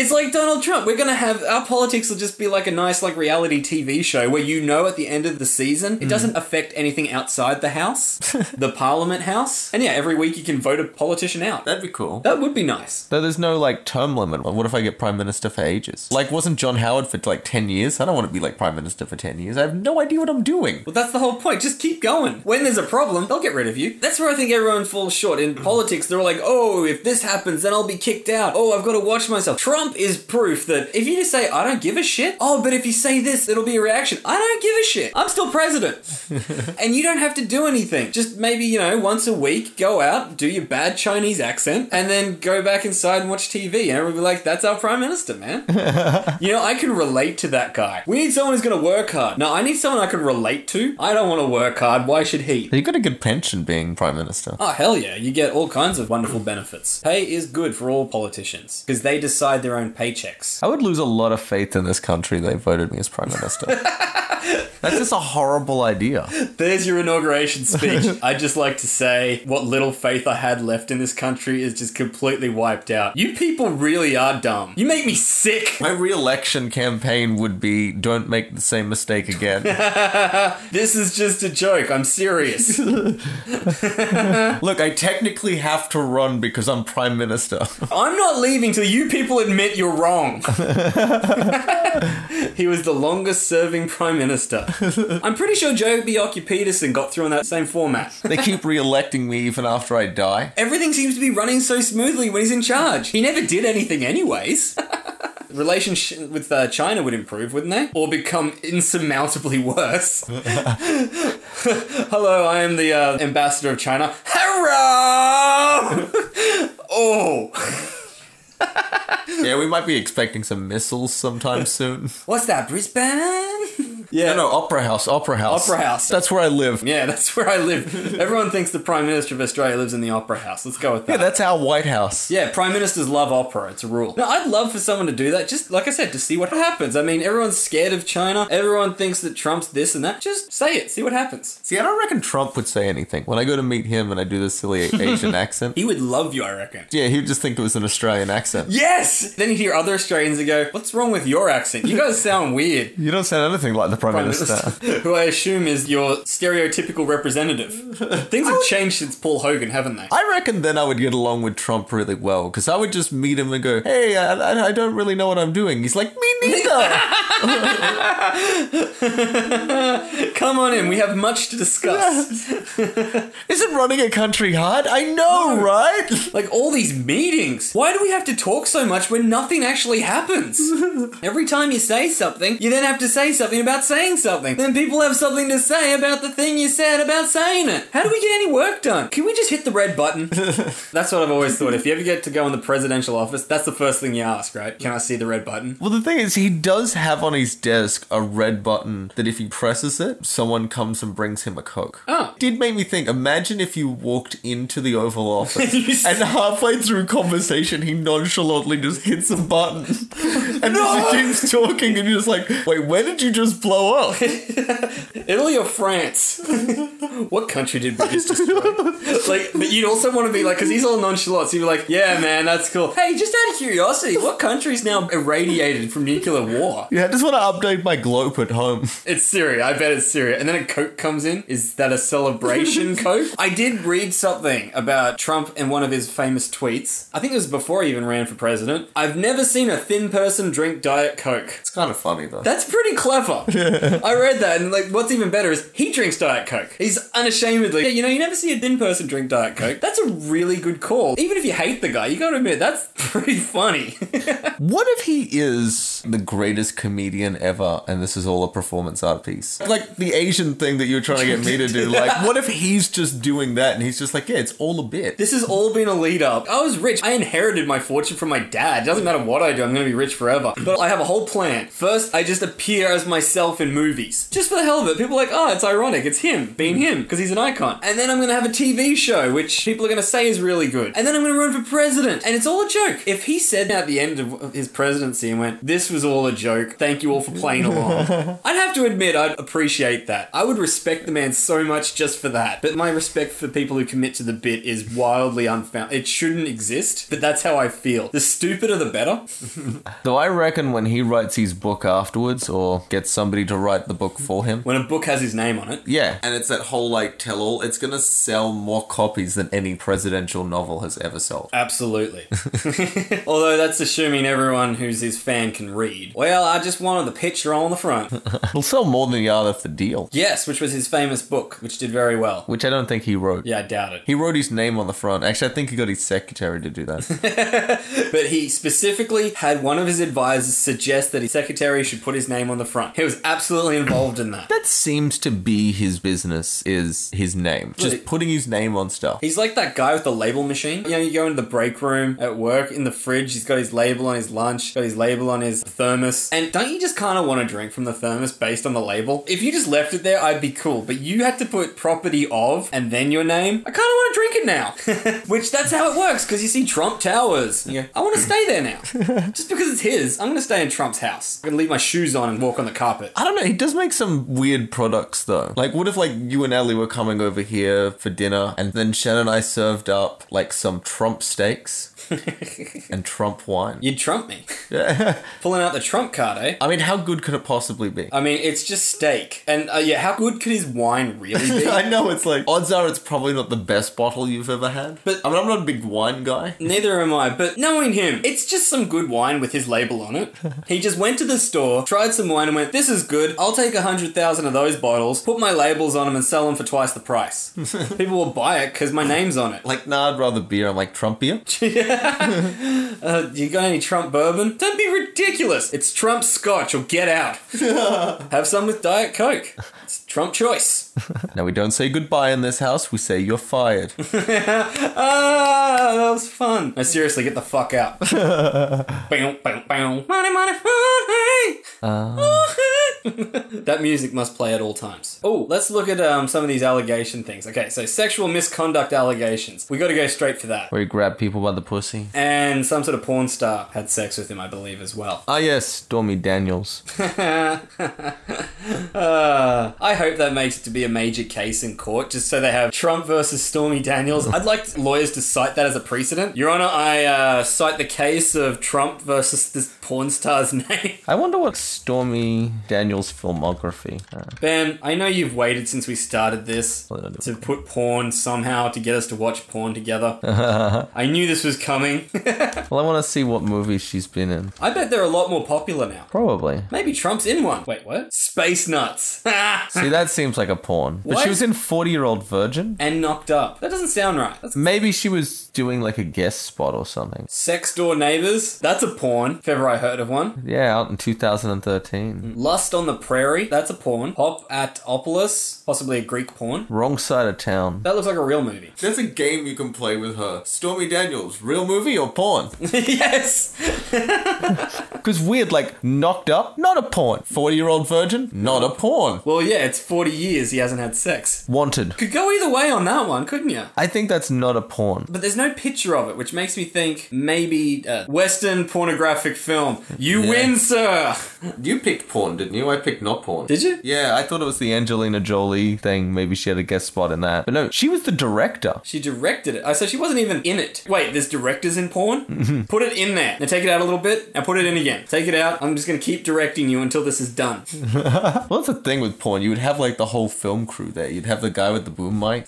Speaker 2: It's like Donald Trump. We're going to have. Our politics will just be like a nice, like, reality TV show where you know at the end of the season, it doesn't affect anything outside the house, the parliament house. And yeah, every week you can vote a politician out.
Speaker 5: That'd be cool.
Speaker 2: That would be nice.
Speaker 5: Though there's no like term limit. What if I get prime minister for ages? Like, wasn't John Howard for like ten years? I don't want to be like prime minister for ten years. I have no idea what I'm doing.
Speaker 2: Well, that's the whole point. Just keep going. When there's a problem, they'll get rid of you. That's where I think everyone falls short. In politics, they're all like, oh, if this happens, then I'll be kicked out. Oh, I've got to watch myself. Trump is proof that if you just say, I don't give a shit, oh, but if you say this, it'll be a reaction. I don't give a shit. I'm still president. and you don't have to do anything. Just maybe, you know, once a week, go out, do your bad Chinese accent, and then go back inside and watch TV. And everyone will be like, that's our prime minister, man. You know, I can relate to that guy. We need someone who's going to work hard. No, I need someone I can relate to. I don't want to work hard. Why should he?
Speaker 5: You got a good pension being prime minister.
Speaker 2: Oh, hell yeah. You get all kinds of wonderful benefits. Pay is good for all politicians because they decide their own paychecks.
Speaker 5: I would lose a lot of faith in this country. They voted me as prime minister. That's just a horrible idea.
Speaker 2: There's your inauguration speech. I'd just like to say what little faith I had left in this country is just completely wiped out. You people really are dumb. You make me sick.
Speaker 5: My re-election campaign would be "Don't make the same mistake again."
Speaker 2: This is just a joke. I'm serious.
Speaker 5: Look, I technically have to run because I'm prime minister.
Speaker 2: I'm not leaving till you people admit you're wrong. he was the longest serving prime minister. I'm pretty sure Joe Bjorky Peterson got through on that same format.
Speaker 5: they keep re-electing me even after I die.
Speaker 2: Everything seems to be running so smoothly when he's in charge. He never did anything, anyways. Relationship with uh, China would improve, wouldn't they? Or become insurmountably worse. Hello, I am the uh, ambassador of China. Hello! oh.
Speaker 5: Yeah, we might be expecting some missiles sometime soon.
Speaker 2: What's that, Brisbane? Yeah.
Speaker 5: No, no, Opera House, Opera House.
Speaker 2: Opera House.
Speaker 5: That's where I live.
Speaker 2: Yeah, that's where I live. Everyone thinks the Prime Minister of Australia lives in the Opera House. Let's go with that.
Speaker 5: Yeah, that's our White House.
Speaker 2: Yeah, prime ministers love opera. It's a rule. No, I'd love for someone to do that. Just like I said, to see what happens. I mean, everyone's scared of China. Everyone thinks that Trump's this and that. Just say it. See what happens.
Speaker 5: See, I don't reckon Trump would say anything. When I go to meet him and I do this silly Asian accent,
Speaker 2: He would love you, I reckon.
Speaker 5: yeah, he'd just think it was an Australian accent.
Speaker 2: Yes. Then you hear other Australians who go, "What's wrong with your accent? You guys sound weird."
Speaker 5: You don't sound anything like the Prime,
Speaker 2: Prime
Speaker 5: Minister.
Speaker 2: Minister, who I assume is your stereotypical representative. Things have changed since Paul Hogan, haven't they?
Speaker 5: I reckon then I would get along with Trump really well because I would just meet him and go, "Hey, I, I, I don't really know what I'm doing." He's like, "Me neither."
Speaker 2: Come on in. We have much to discuss.
Speaker 5: Isn't running a country hard? I know, right?
Speaker 2: Like all these meetings. Why do we have to talk so much when nothing actually happens? Every time you say something, you then have to say something about saying something. Then people have something to say about the thing you said about saying it. How do we get any work done? Can we just hit the red button? that's what I've always thought. If you ever get to go in the presidential office, that's the first thing you ask, right? Can I see the red button?
Speaker 5: Well, the thing is, he does have on his desk a red button that if he presses it, someone comes and brings him a Coke.
Speaker 2: Oh.
Speaker 5: Did make me think imagine if you walked into the Oval
Speaker 2: You
Speaker 5: Office
Speaker 2: s-
Speaker 5: and halfway through conversation, he nonchalantly just hits a button and then
Speaker 2: No!
Speaker 5: just keeps talking, and you're just like, wait, where did you just blow blow up.
Speaker 2: Italy or France? what country did we just destroy? like, but you'd also want to be like, because he's all nonchalant. So you'd be like, yeah, man, that's cool. Hey, just out of curiosity, what country's now irradiated from nuclear war?
Speaker 5: yeah, I just want to update my globe at home.
Speaker 2: It's Syria. I bet it's Syria. And then a Coke comes in. Is that a celebration Coke? I did read something about Trump in one of his famous tweets. I think it was before he even ran for president. I've never seen a thin person drink Diet Coke.
Speaker 5: It's kind of funny though.
Speaker 2: That's pretty clever. I read that, and like, what's even better is he drinks Diet Coke. He's unashamedly. Yeah, you know, you never see a thin person drink Diet Coke. That's a really good call. Even if you hate the guy, you gotta admit that's pretty funny.
Speaker 5: What if he is the greatest comedian ever and this is all a performance art piece? Like the Asian thing that you're trying to get me to do. Like, what if he's just doing that and he's just like, yeah, it's all a bit?
Speaker 2: This has all been a lead up. I was rich. I inherited my fortune from my dad. Doesn't matter what I do, I'm going to be rich forever. But I have a whole plan. First, I just appear as myself in movies. Just for the hell of it. People are like, oh, it's ironic. It's him being him because he's an icon. And then I'm going to have a TV show, which people are going to say is really good. And then I'm going to run for president. And it's all a joke. If he said at the end of his presidency and went, this was all a joke. Thank you all for playing along. I'd have to admit, I'd appreciate that. I would respect the man so much just for that. But my respect for people who commit to the bit is wildly unfound. It shouldn't exist, but that's how I feel. The stupider, the better.
Speaker 5: Though I reckon when he writes his book afterwards or gets somebody to write the book for him.
Speaker 2: When a book has his name on it,
Speaker 5: Yeah. And it's that whole like tell all, it's going to sell more copies than any presidential novel has ever sold.
Speaker 2: Absolutely. Although that's assuming everyone who's his fan can read. Well, I just wanted the picture on the front.
Speaker 5: It'll sell more than the art of the deal,
Speaker 2: yes, which was his famous book, which did very well.
Speaker 5: which I don't think he wrote.
Speaker 2: Yeah, I doubt it.
Speaker 5: He wrote his name on the front. Actually, I think he got his secretary to do that.
Speaker 2: But he specifically had one of his advisors suggest that his secretary should put his name on the front. He was absolutely involved in that.
Speaker 5: that seems to be his business is his name. Just
Speaker 2: Like-
Speaker 5: putting his name on stuff.
Speaker 2: He's like that guy with the label machine. You know, you go into the break room at work, in the fridge, he's got his label on his lunch, got his label on his thermos. And don't you just kind of want to drink from the thermos based on the label? If you just left it there, I'd be cool. But you had to put property of and then your name. I kind of want to drink it now. Which that's how it works because you see Trump Towers. Yeah. I want to stay there now. just because it's his, I'm going to stay in Trump's house. I'm going to leave my shoes on and walk on the carpet.
Speaker 5: I don't know. He does make some weird products though. Like, what if like you and Ali were coming over here for dinner, and then Shannon and I served up like some Trump steaks and Trump wine?
Speaker 2: You'd Trump me. Pulling out the Trump card, eh?
Speaker 5: I mean, how good could it possibly be?
Speaker 2: I mean, it's just steak. And uh, yeah, how good could his wine really be?
Speaker 5: I know it's like odds are it's probably not the best bottle you've ever had.
Speaker 2: But-
Speaker 5: I mean, I'm not a big wine guy.
Speaker 2: Neither am I, but knowing him, it's just some good wine with his label on it. he just went to the store, tried some wine, and went, This is good. I'll take a 100,000 of those bottles, put my labels on them, and sell them for twice the price. People will buy it because my name's on it. Like,
Speaker 5: Like, nah, I'd rather beer. I'm like Trump beer.
Speaker 2: uh, you got any Trump bourbon? Don't be ridiculous. It's Trump scotch or get out. Have some with Diet Coke. It's Trump choice.
Speaker 5: now we don't say goodbye in this house. We say you're fired.
Speaker 2: ah, that was fun. No, seriously, get the fuck out. bow, bow, bow. Money, money, money. that music must play at all times. Oh, let's look at um, some of these allegation things. Okay, so sexual misconduct allegations. We got to go straight for that.
Speaker 5: Where you grab people by the pussy.
Speaker 2: And some sort of porn star had sex with him, I believe, as well.
Speaker 5: Ah yes, Stormy Daniels.
Speaker 2: Uh, I hope that makes it to be a major case in court, just so they have Trump versus Stormy Daniels. I'd like lawyers to cite that as a precedent. Your Honor, I uh, cite the case of Trump versus this porn star's name.
Speaker 5: I wonder what Stormy Daniels' filmography. Uh,
Speaker 2: Ben, I know you've waited since we started this to put porn somehow to get us to watch porn together. I knew this was coming.
Speaker 5: well, I want to see what movies she's been in.
Speaker 2: I bet they're a lot more popular now.
Speaker 5: Probably.
Speaker 2: Maybe Trump's in one. Wait, what? Space Nuts.
Speaker 5: See, that seems like a porn. But
Speaker 2: What?
Speaker 5: she was in 40 Year Old Virgin.
Speaker 2: and Knocked Up. That doesn't sound right. That's
Speaker 5: Maybe she was doing like a guest spot or something.
Speaker 2: Sex Door Neighbors. That's a porn, if ever I heard of one.
Speaker 5: Yeah, out in 2013.
Speaker 2: Lust on the Prairie. That's a porn. Hop at Opolis. Possibly a Greek porn.
Speaker 5: Wrong Side of Town.
Speaker 2: That looks like a real movie.
Speaker 5: There's a game you can play with her. Stormy Daniels, real movie or porn?
Speaker 2: yes!
Speaker 5: Because weird, like, knocked up, not a porn. 40 year old virgin, not a porn.
Speaker 2: Well, yeah, it's 40 years he hasn't had sex.
Speaker 5: Wanted.
Speaker 2: Could go either way on that one, couldn't you?
Speaker 5: I think that's not a porn.
Speaker 2: But there's no picture of it, which makes me think maybe a Western pornographic film. You win, sir!
Speaker 5: You picked porn, didn't you? I picked not porn.
Speaker 2: Did you?
Speaker 5: Yeah, I thought it was the Angelina Jolie thing. Maybe she had a guest spot in that. But no, she was the director.
Speaker 2: She directed it. I so she wasn't even in it. Wait, there's directors in porn? put it in there. Now take it out a little bit and put it in again. Take it out. I'm just going to keep directing you until this is done.
Speaker 5: Well, that's the thing with porn. You would have like the whole film crew there. You'd have the guy with the boom mic,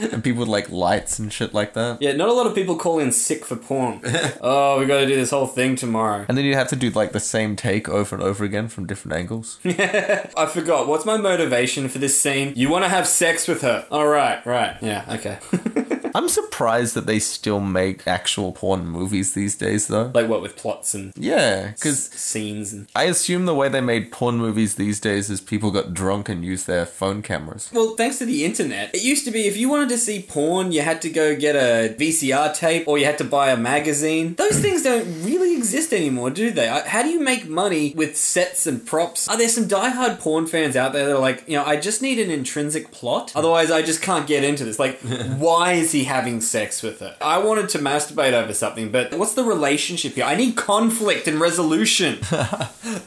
Speaker 5: and people with like lights and shit like that.
Speaker 2: yeah, not a lot of people call in sick for porn. oh, we got to do this whole thing tomorrow.
Speaker 5: And then you'd have to do like the same take over and over again from different angles.
Speaker 2: I forgot. What's my motivation for this scene? You want to have sex with her. All right, right. Yeah, okay.
Speaker 5: I'm surprised that they still make actual porn movies these days, though.
Speaker 2: like what with plots and
Speaker 5: Yeah, because
Speaker 2: scenes and
Speaker 5: I assume the way they made porn movies these days is people got drunk and used their phone cameras.
Speaker 2: Well, thanks to the internet, it used to be if you wanted to see porn, you had to go get a VCR tape or you had to buy a magazine. Those things don't really exist anymore, do they? I- How do you make money with sets and props? Are there some diehard porn fans out there that are like, you know, I just need an intrinsic plot? Otherwise, I just can't get into this. Like, why is he having sex with her? I wanted to masturbate over something, but what's the relationship here? I need conflict and resolution.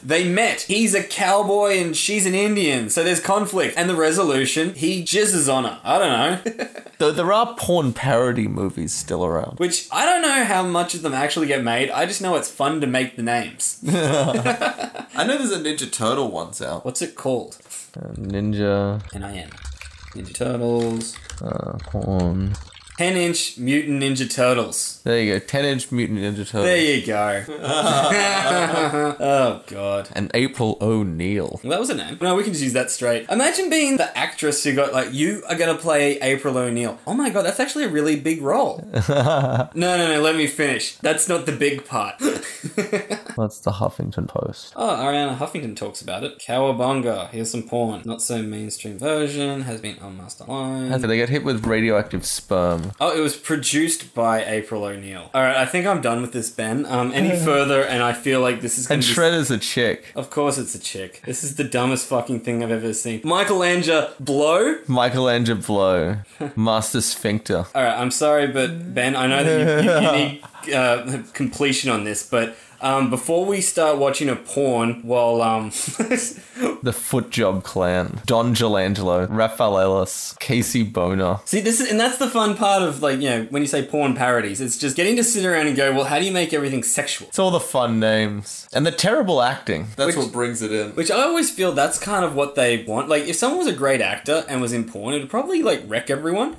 Speaker 2: They met. He's a cowboy and she's an Indian, so there's conflict. And the resolution, he jizzes on her. I don't know.
Speaker 5: Though there are porn parody movies still around.
Speaker 2: Which I don't know how much of them actually get made. I just know it's fun to make the names.
Speaker 5: I know there's a Ninja Turtle one's out.
Speaker 2: What's it called?
Speaker 5: Uh, Ninja
Speaker 2: N-I-N. Ninja Turtles.
Speaker 5: uh, porn.
Speaker 2: 10 inch mutant ninja turtles.
Speaker 5: There you go. Ten inch mutant Ninja Turtle.
Speaker 2: There you go. oh, God.
Speaker 5: and April O'Neil.
Speaker 2: Well, that was a name. No, we can just use that straight. Imagine being the actress who got like, you are gonna play April O'Neil. Oh my god, that's actually a really big role. no, no, no. Let me finish. That's not the big part. oh,
Speaker 5: That's the Huffington Post.
Speaker 2: Ariana Huffington talks about it. Cowabunga. Here's some porn. Not so mainstream version. Has been on Master Line.
Speaker 5: They get hit with radioactive sperm.
Speaker 2: Oh, it was produced by April O'Neil. All right, I think I'm done with this, Ben. Um, any further, and I feel like this is gonna
Speaker 5: And
Speaker 2: be
Speaker 5: Shredder's a chick.
Speaker 2: Of course, it's a chick. This is the dumbest fucking thing I've ever seen. Michelangelo blow.
Speaker 5: Michelangelo Blow. Master Sphincter.
Speaker 2: All right, I'm sorry, but Ben, I know that you, you, you need uh, completion on this, but um, before we start watching a porn, while um, see,
Speaker 5: The Footjob Clan. Don Gelangelo. Raphael Ellis. Casey Boner.
Speaker 2: this is, and that's the fun part of like you know when you say porn parodies, it's just getting to sit around and go, well, how do you make everything sexual?
Speaker 5: It's all the fun names. And the terrible acting. That's what brings it in.
Speaker 2: Which I always feel that's kind of what they want. Like, if someone was a great actor and was in porn, it'd probably like wreck everyone.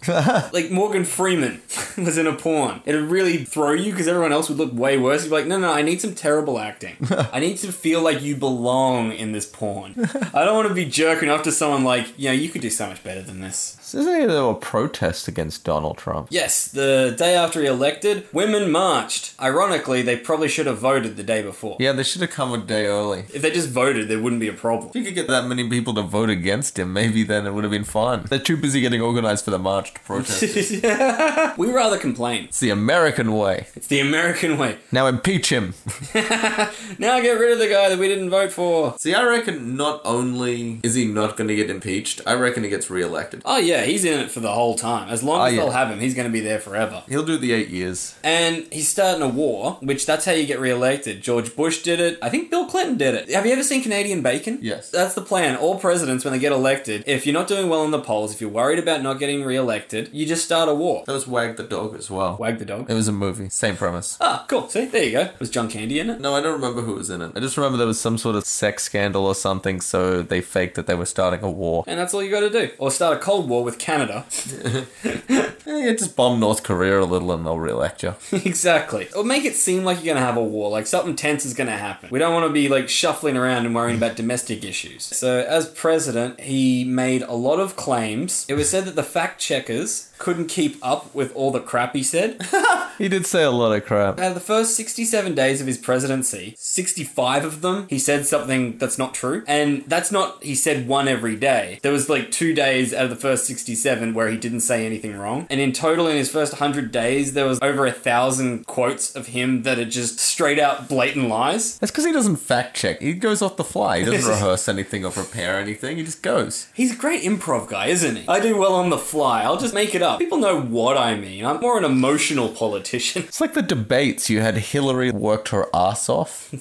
Speaker 2: like Morgan Freeman was in a porn, it'd really throw you because everyone else would look way worse. You'd be like, no, no, I need some terrible acting. I need to feel like you belong in this porn. I don't want to be jerking off to someone like, you know, you could do so much better than this.
Speaker 5: Isn't it a protest against Donald Trump?
Speaker 2: Yes, the day after he elected, women marched. Ironically, they probably should have voted the day before.
Speaker 5: Yeah, they should have come a day early.
Speaker 2: If they just voted, there wouldn't be a problem.
Speaker 5: If you could get that many people to vote against him, maybe then it would have been fine. They're too busy getting organized for the march to protest. it's
Speaker 2: we rather complain.
Speaker 5: the American way.
Speaker 2: It's the American way.
Speaker 5: Now impeach him.
Speaker 2: Now get rid of the guy that we didn't vote for.
Speaker 5: See, I reckon not only is he not going to get impeached, I reckon he gets reelected.
Speaker 2: Oh yeah, he's in it for the whole time. As long
Speaker 5: Oh,
Speaker 2: as
Speaker 5: yeah.
Speaker 2: they'll have him, he's going to be there forever.
Speaker 5: He'll do the eight years.
Speaker 2: And he's starting a war, which that's how you get re-elected. George Bush did it. I think Bill Clinton did it. Have you ever seen Canadian Bacon?
Speaker 5: Yes.
Speaker 2: That's the plan. All presidents, when they get elected, if you're not doing well in the polls, if you're worried about not getting re-elected, you just start a war.
Speaker 5: That was Wag the Dog as well.
Speaker 2: Wag the dog.
Speaker 5: It was a movie. Same premise.
Speaker 2: Ah, cool. See, there you go. Was John Candy in it?
Speaker 5: No, I don't remember who was in it. I just remember there was some sort of sex scandal or something, so they faked that they were starting a war.
Speaker 2: And that's all you got to do. Or start a cold war with Canada.
Speaker 5: Eh, yeah, just bomb North Korea a little and they'll re-elect you.
Speaker 2: Exactly. Or make it seem like you're going to have a war, like something tense is going to happen. We don't want to be like shuffling around and worrying about domestic issues. So, as president, he made a lot of claims. It was said that the fact checkers couldn't keep up with all the crap he said.
Speaker 5: he did say a lot of crap.
Speaker 2: Out of the first 67 days of his presidency, 65 of them, he said something that's not true. And that's not, he said one every day. There was like two days out of the first 67 where he didn't say anything wrong. And in total, in his first 100 days, there was over a thousand quotes of him that are just straight out blatant lies.
Speaker 5: That's because he doesn't fact check. He goes off the fly. He doesn't rehearse anything or prepare anything. He just goes.
Speaker 2: He's a great improv guy, isn't he? I do well on the fly. I'll just make it up. People know what I mean. I'm more an emotional politician.
Speaker 5: It's like the debates. You had Hillary worked her ass off,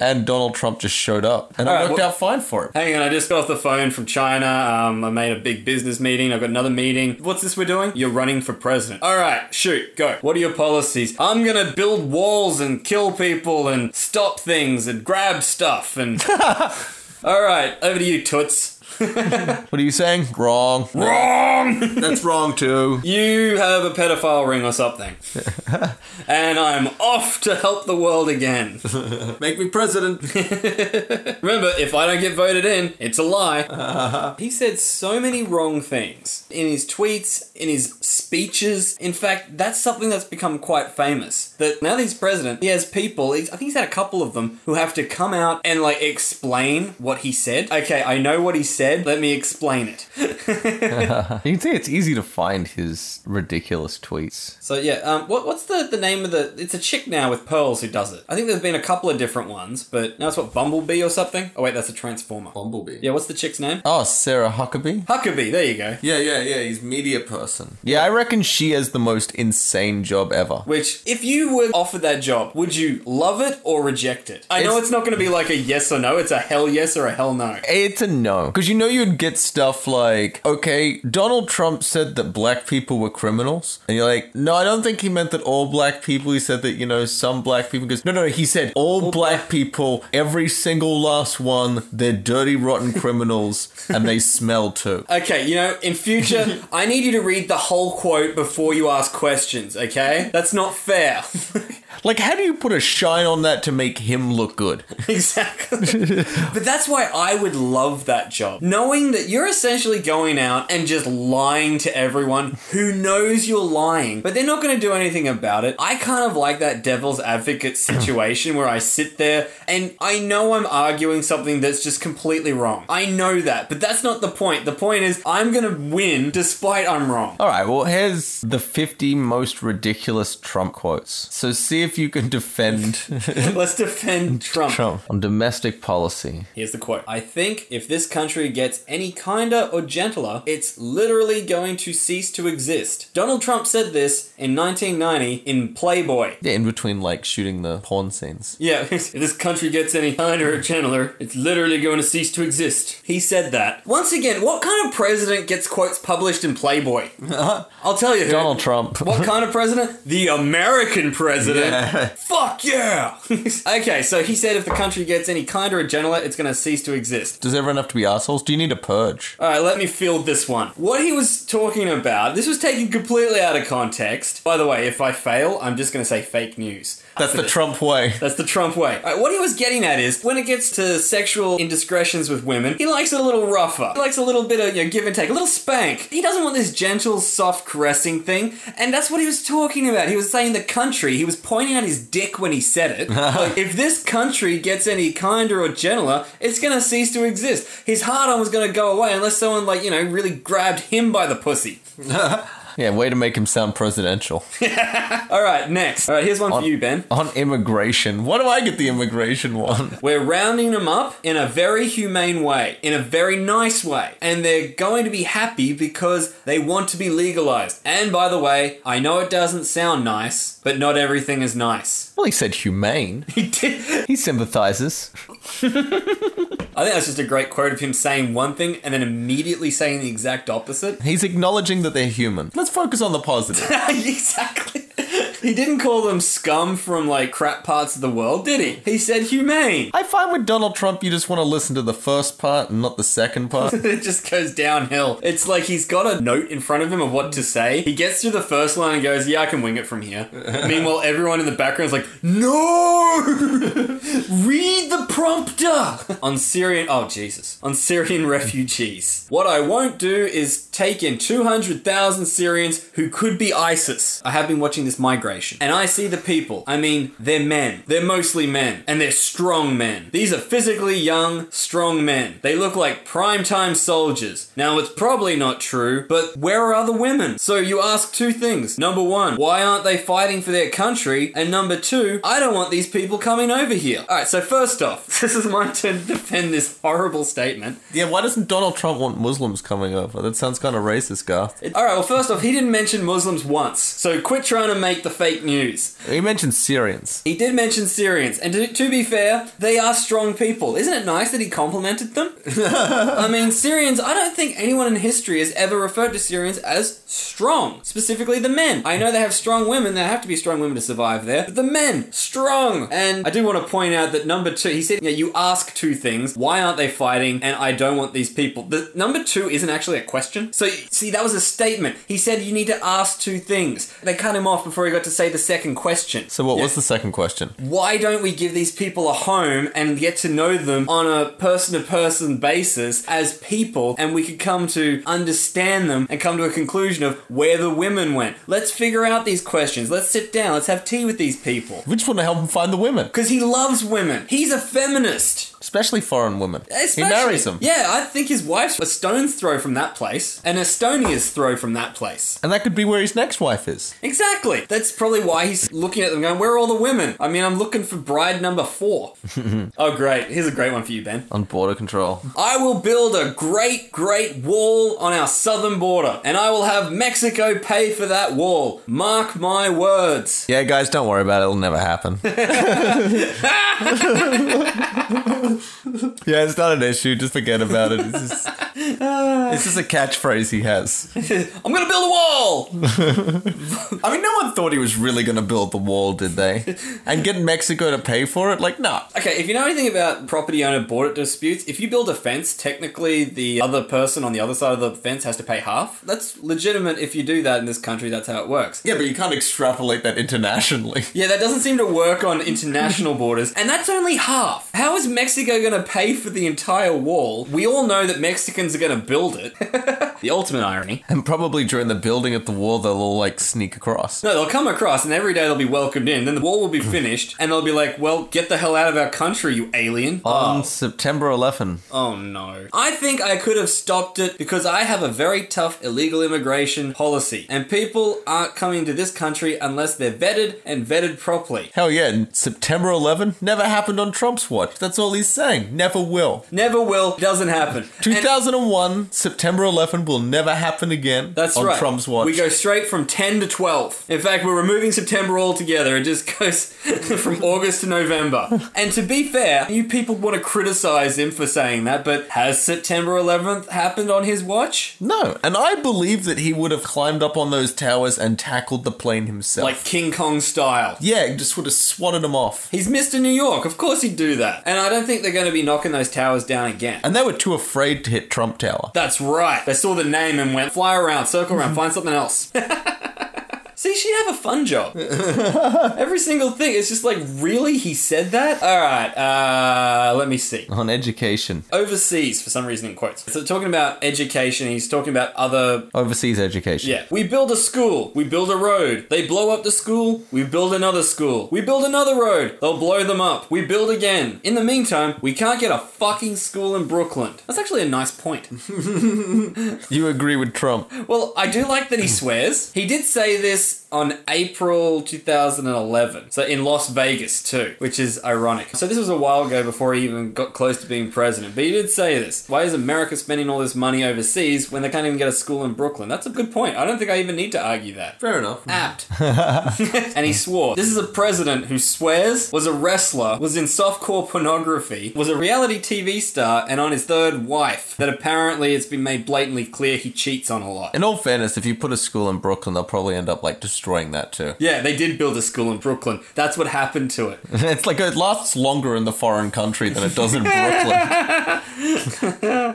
Speaker 5: and Donald Trump just showed up, and
Speaker 2: All
Speaker 5: it
Speaker 2: right,
Speaker 5: worked
Speaker 2: well-
Speaker 5: out fine for him.
Speaker 2: Hang on, I just got off the phone from China. Um, I made a big business meeting. I've got another meeting. What's this we're doing? You're running for president. All right, shoot, go. What are your policies? I'm gonna build walls and kill people and stop things and grab stuff and. All right, over to you, Toots.
Speaker 5: What are you saying? Wrong.
Speaker 2: Wrong.
Speaker 5: That's wrong too.
Speaker 2: You have a pedophile ring or something, and I'm off to help the world again.
Speaker 5: Make me president.
Speaker 2: Remember, if I don't get voted in, it's a lie. he said so many wrong things in his tweets, in his speeches. In fact, that's something that's become quite famous. That now that he's president, he has people, he's- I think he's had a couple of them, who have to come out and like explain what he said. Okay, I know what he said, let me explain it.
Speaker 5: You can see it's easy to find his ridiculous tweets.
Speaker 2: So yeah, um, what, what's the, the name of the? It's a chick now with pearls who does it. I think there's been a couple of different ones, but now it's what Bumblebee or something. Oh wait, that's a transformer.
Speaker 5: Bumblebee.
Speaker 2: Yeah, what's the chick's name?
Speaker 5: Oh, Sarah Huckabee.
Speaker 2: Huckabee. There you go.
Speaker 5: Yeah, yeah, yeah. He's media person. Yeah, I reckon she has the most insane job ever.
Speaker 2: Which, if you were offered that job, would you love it or reject it? I know
Speaker 5: It's-
Speaker 2: it's not going to be like a yes or no. It's a hell yes or a hell no.
Speaker 5: It's a no. Because you know you'd get stuff like, okay, Donald Trump said that black people were criminals. And you're like, no, I don't think he meant that all black people. He said that, you know, some black people. Because, no, no, he said all black people, every single last one, they're dirty, rotten criminals and they smell too.
Speaker 2: Okay, you know, in future, I need you to read the whole quote before you ask questions. Okay, that's not fair.
Speaker 5: Like, how do you put a shine on that to make him look good?
Speaker 2: exactly. but that's why I would love that job, knowing that you're essentially going out and just lying to everyone who knows you're lying, but they're not going to do anything about it. I kind of like that devil's advocate situation where I sit there and I know I'm arguing something that's just completely wrong. I know that, but that's not the point. The point is I'm going to win despite I'm wrong.
Speaker 5: All right, well, here's the 50 most ridiculous Trump quotes. So see if you can defend
Speaker 2: Let's defend
Speaker 5: Trump on domestic policy.
Speaker 2: Here's the quote I think if this country gets any kinder or gentler, it's literally going to cease to exist. Donald Trump said this in 1990 in Playboy.
Speaker 5: Yeah, in between like shooting the porn scenes.
Speaker 2: Yeah, if this country gets any kinder or gentler, it's literally going to cease to exist. He said that. Once again, what kind of president gets quotes published in Playboy? I'll tell you. who.
Speaker 5: Donald Trump.
Speaker 2: What kind of president? The American president. Fuck yeah! okay, so he said if the country gets any kinder or gentler, it's going to cease to exist.
Speaker 5: Does everyone have to be assholes? Do you need a purge?
Speaker 2: All right, let me field this one. What he was talking about, this was taken completely out of context. By the way, if I fail, I'm just going to say fake news.
Speaker 5: That's the Trump way.
Speaker 2: That's the Trump way. All right, what he was getting at is when it gets to sexual indiscretions with women, he likes it a little rougher. He likes a little bit of you know, give and take, a little spank. He doesn't want this gentle, soft caressing thing, and that's what he was talking about. He was saying the country. He was pointing at his dick when he said it. like, if this country gets any kinder or gentler, it's gonna cease to exist. His hard on was gonna go away unless someone like you know really grabbed him by the pussy.
Speaker 5: Yeah, way to make him sound presidential.
Speaker 2: All right, next. All right, here's one for you, Ben.
Speaker 5: On immigration. Why do I get the immigration one?
Speaker 2: We're rounding them up in a very humane way, in a very nice way, and they're going to be happy because they want to be legalized. And by the way, I know it doesn't sound nice, but not everything is nice.
Speaker 5: Well, he said humane.
Speaker 2: He did.
Speaker 5: He sympathizes.
Speaker 2: I think that's just a great quote of him saying one thing and then immediately saying the exact opposite.
Speaker 5: He's acknowledging that they're human. Let's focus on the positive.
Speaker 2: exactly. He didn't call them scum from like crap parts of the world, did he? He said humane.
Speaker 5: I find with Donald Trump, you just want to listen to the first part and not the second part.
Speaker 2: it just goes downhill. It's like he's got a note in front of him of what to say. He gets through the first line and goes, "Yeah, I can wing it from here." Meanwhile, everyone in the background is like, "No, read the prompter on Syrian. Oh Jesus! On Syrian refugees. What I won't do is take in two hundred thousand Syrians who could be ISIS. I have been watching this migration, and I see the people. I mean, they're men. They're mostly men, and they're strong men. These are physically young, strong men. They look like primetime soldiers. Now it's probably not true, but where are the women? So you ask two things. Number one, why aren't they fighting for their country? And number two, I don't want these people coming over here. All right. So first off, this is my turn to defend this horrible statement.
Speaker 5: Yeah, why doesn't Donald Trump want Muslims coming over? That sounds kind of racist, Garth.
Speaker 2: All right. Well, first off, he didn't mention Muslims once. So quit trying to make the fake news.
Speaker 5: He mentioned Syrians.
Speaker 2: He did mention Syrians, and to, to be fair, they are strong people. Isn't it nice that he complimented them? I mean, Syrians, I don't think anyone in history has ever referred to Syrians as strong, specifically the men. I know they have strong women, there have to be strong women to survive there, but the men, strong! And I do want to point out that number two, he said, yeah, you ask two things. Why aren't they fighting? And I don't want these people. The number two isn't actually a question. So, see, that was a statement. He said you need to ask two things. They cut him off before he got to say the second question
Speaker 5: So, what was the second question?
Speaker 2: why don't we give these people a home and get to know them on a person to person basis as people and we could come to understand them and come to a conclusion of where the women went? Let's figure out these questions. Let's sit down. Let's have tea with these people.
Speaker 5: We just want to help him find the women,
Speaker 2: Because he loves women. He's a feminist.
Speaker 5: especially foreign women.
Speaker 2: Especially-
Speaker 5: He marries them.
Speaker 2: Yeah, I think his wife's a stone's throw from that place, and Estonia's throw from that place.
Speaker 5: And that could be where his next wife is.
Speaker 2: Exactly. That's probably why he's looking at them going, Where are all the women? I mean, I'm looking for bride number four. oh, great. Here's a great one for you, Ben.
Speaker 5: On border control.
Speaker 2: I will build a great, great wall on our southern border, and I will have Mexico pay for that wall. Mark my words.
Speaker 5: Yeah, guys, don't worry about it. It'll never happen. yeah, it's not an issue. Just forget about it. It's just, it's just a catchphrase he has.
Speaker 2: I'm going to build a wall.
Speaker 5: I mean, no one thought he was really going to build the wall, did they? And get Mexico to pay for it? Like, nah.
Speaker 2: Okay, if you know anything about property owner border disputes, if you build a fence, technically the other person on the other side of the fence has to pay half. That's legitimate if you do that in this country, that's how it works.
Speaker 5: Yeah, but you can't extrapolate that internationally.
Speaker 2: Yeah, that doesn't seem to work on international borders, and that's only half. How is Mexico going to pay for the entire wall? We all know that Mexicans are going to build it. the ultimate irony.
Speaker 5: And probably during the building at the wall, they'll all like sneak across.
Speaker 2: No, they'll come across, and every day they'll be welcomed in. Then the wall will be finished, and they'll be like, "Well, get the hell out of our country, you alien!"
Speaker 5: On September 11.
Speaker 2: Oh no. I think I could have stopped it because I have a very tough illegal immigration policy, and people aren't coming to this country unless they're vetted and vetted properly.
Speaker 5: Hell yeah, and September 11 never happened on Trump's watch. That's all he's saying. Never will.
Speaker 2: Never will, doesn't happen. And-
Speaker 5: 2001, September 11 will never happen again.
Speaker 2: That's
Speaker 5: on
Speaker 2: right.
Speaker 5: Trump's watch.
Speaker 2: We go straight from 10 to 12. In fact, we're removing September altogether. It just goes from August to November. and to be fair, you people want to criticize him for saying that, but has September 11th happened on his watch?
Speaker 5: no, and I believe that he would have climbed up on those towers and tackled the plane himself.
Speaker 2: Like King Kong style.
Speaker 5: yeah, just would have swatted him off.
Speaker 2: He's Mr. New York. Of course he'd do that. And I don't think they're going to be knocking those towers down again.
Speaker 5: And they were too afraid to hit Trump Tower.
Speaker 2: That's right. They saw the name and went, fly around, circle around, find something else. See, she'd have a fun job. Every single thing. It's just like, really? He said that? All right, uh, let me see.
Speaker 5: On education,
Speaker 2: Overseas, for some reason, in quotes. So, talking about education, he's talking about other.
Speaker 5: overseas education.
Speaker 2: Yeah. We build a school. We build a road. They blow up the school. We build another school. We build another road. They'll blow them up. We build again. In the meantime, we can't get a fucking school in Brooklyn. That's actually a nice point.
Speaker 5: You agree with Trump.
Speaker 2: Well, I do like that he swears. He did say this on April 2011, so in Las Vegas too, which is ironic. So this was a while ago before he even got close to being president, but he did say this. Why is America spending all this money overseas when they can't even get a school in Brooklyn? That's a good point. I don't think I even need to argue that.
Speaker 5: Fair enough.
Speaker 2: Apt. and he swore. This is a president who swears, was a wrestler, was in softcore pornography, was a reality TV star, and on his third wife. That apparently it's been made blatantly clear he cheats on a lot.
Speaker 5: In all fairness, if you put a school in Brooklyn, they'll probably end up like kept destroying that too.
Speaker 2: Yeah, they did build a school in Brooklyn. That's what happened to it.
Speaker 5: It's like it lasts longer in the foreign country than it does in Brooklyn.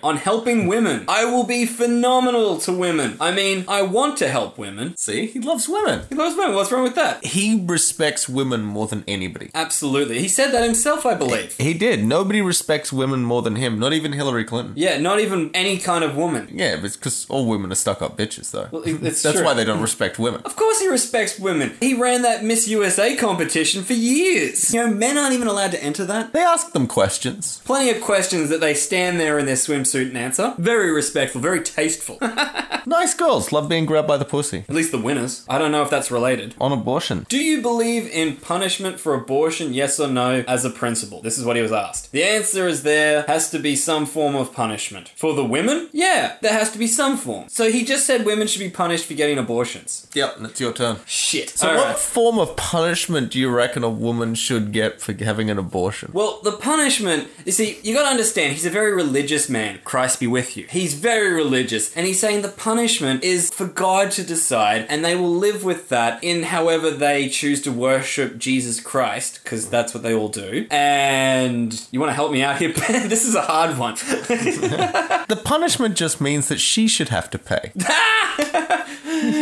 Speaker 2: On helping women. I will be phenomenal to women. I mean, I want to help women.
Speaker 5: See, he loves women.
Speaker 2: He loves women. What's wrong with that?
Speaker 5: He respects women more than anybody.
Speaker 2: Absolutely. He said that himself, I believe.
Speaker 5: He did. Nobody respects women more than him, not even Hillary Clinton.
Speaker 2: Yeah, not even any kind of woman.
Speaker 5: Yeah, but it's because all women are stuck up bitches, though.
Speaker 2: Well, it- it's
Speaker 5: That's
Speaker 2: true.
Speaker 5: why they don't respect women.
Speaker 2: Of course he respects women. He ran that Miss USA competition for years. You know, men aren't even allowed to enter that.
Speaker 5: They ask them questions.
Speaker 2: Plenty of questions that they stand there in their swimsuit and answer. Very respectful, very tasteful. At
Speaker 5: Nice girls love being grabbed by the pussy.
Speaker 2: least the winners. I don't know if that's related.
Speaker 5: On abortion.
Speaker 2: Do you believe in punishment for abortion, yes or no, as a principle? This is what he was asked. The answer is there has to be some form of punishment. For the women? Yeah, there has to be some form. So he just said women should be punished for getting abortions.
Speaker 5: Yep, that's your turn.
Speaker 2: Shit.
Speaker 5: So,
Speaker 2: All
Speaker 5: what
Speaker 2: right.
Speaker 5: form of punishment do you reckon a woman should get for having an abortion?
Speaker 2: Well, the punishment, you see, you gotta understand, he's a very religious man. Christ be with you. He's very religious, and he's saying the punishment is for God to decide, and they will live with that in however they choose to worship Jesus Christ, because that's what they all do. And you wanna help me out here, Ben? This is a hard one.
Speaker 5: The punishment just means that she should have to pay.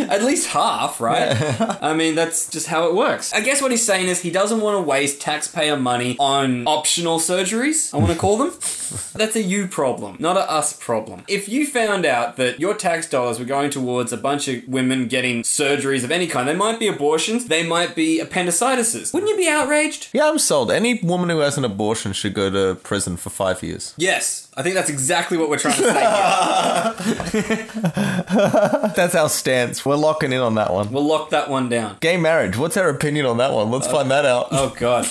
Speaker 2: At least half, right? I mean, that's just how it works. I guess what he's saying is he doesn't want to waste taxpayer money on optional surgeries, I want to call them. That's a you problem, not a us problem. If you found out that your tax dollars were going towards a bunch of women getting surgeries of any kind, they might be abortions, they might be appendicitis, wouldn't you be outraged?
Speaker 5: Yeah, I'm sold. Any woman who has an abortion should go to prison for five years.
Speaker 2: Yes, I think that's exactly what we're trying to say here.
Speaker 5: That's our stance. We're locking in on that one.
Speaker 2: We'll lock that one down.
Speaker 5: Gay marriage. What's our opinion on that one? Let's find that out.
Speaker 2: Oh god.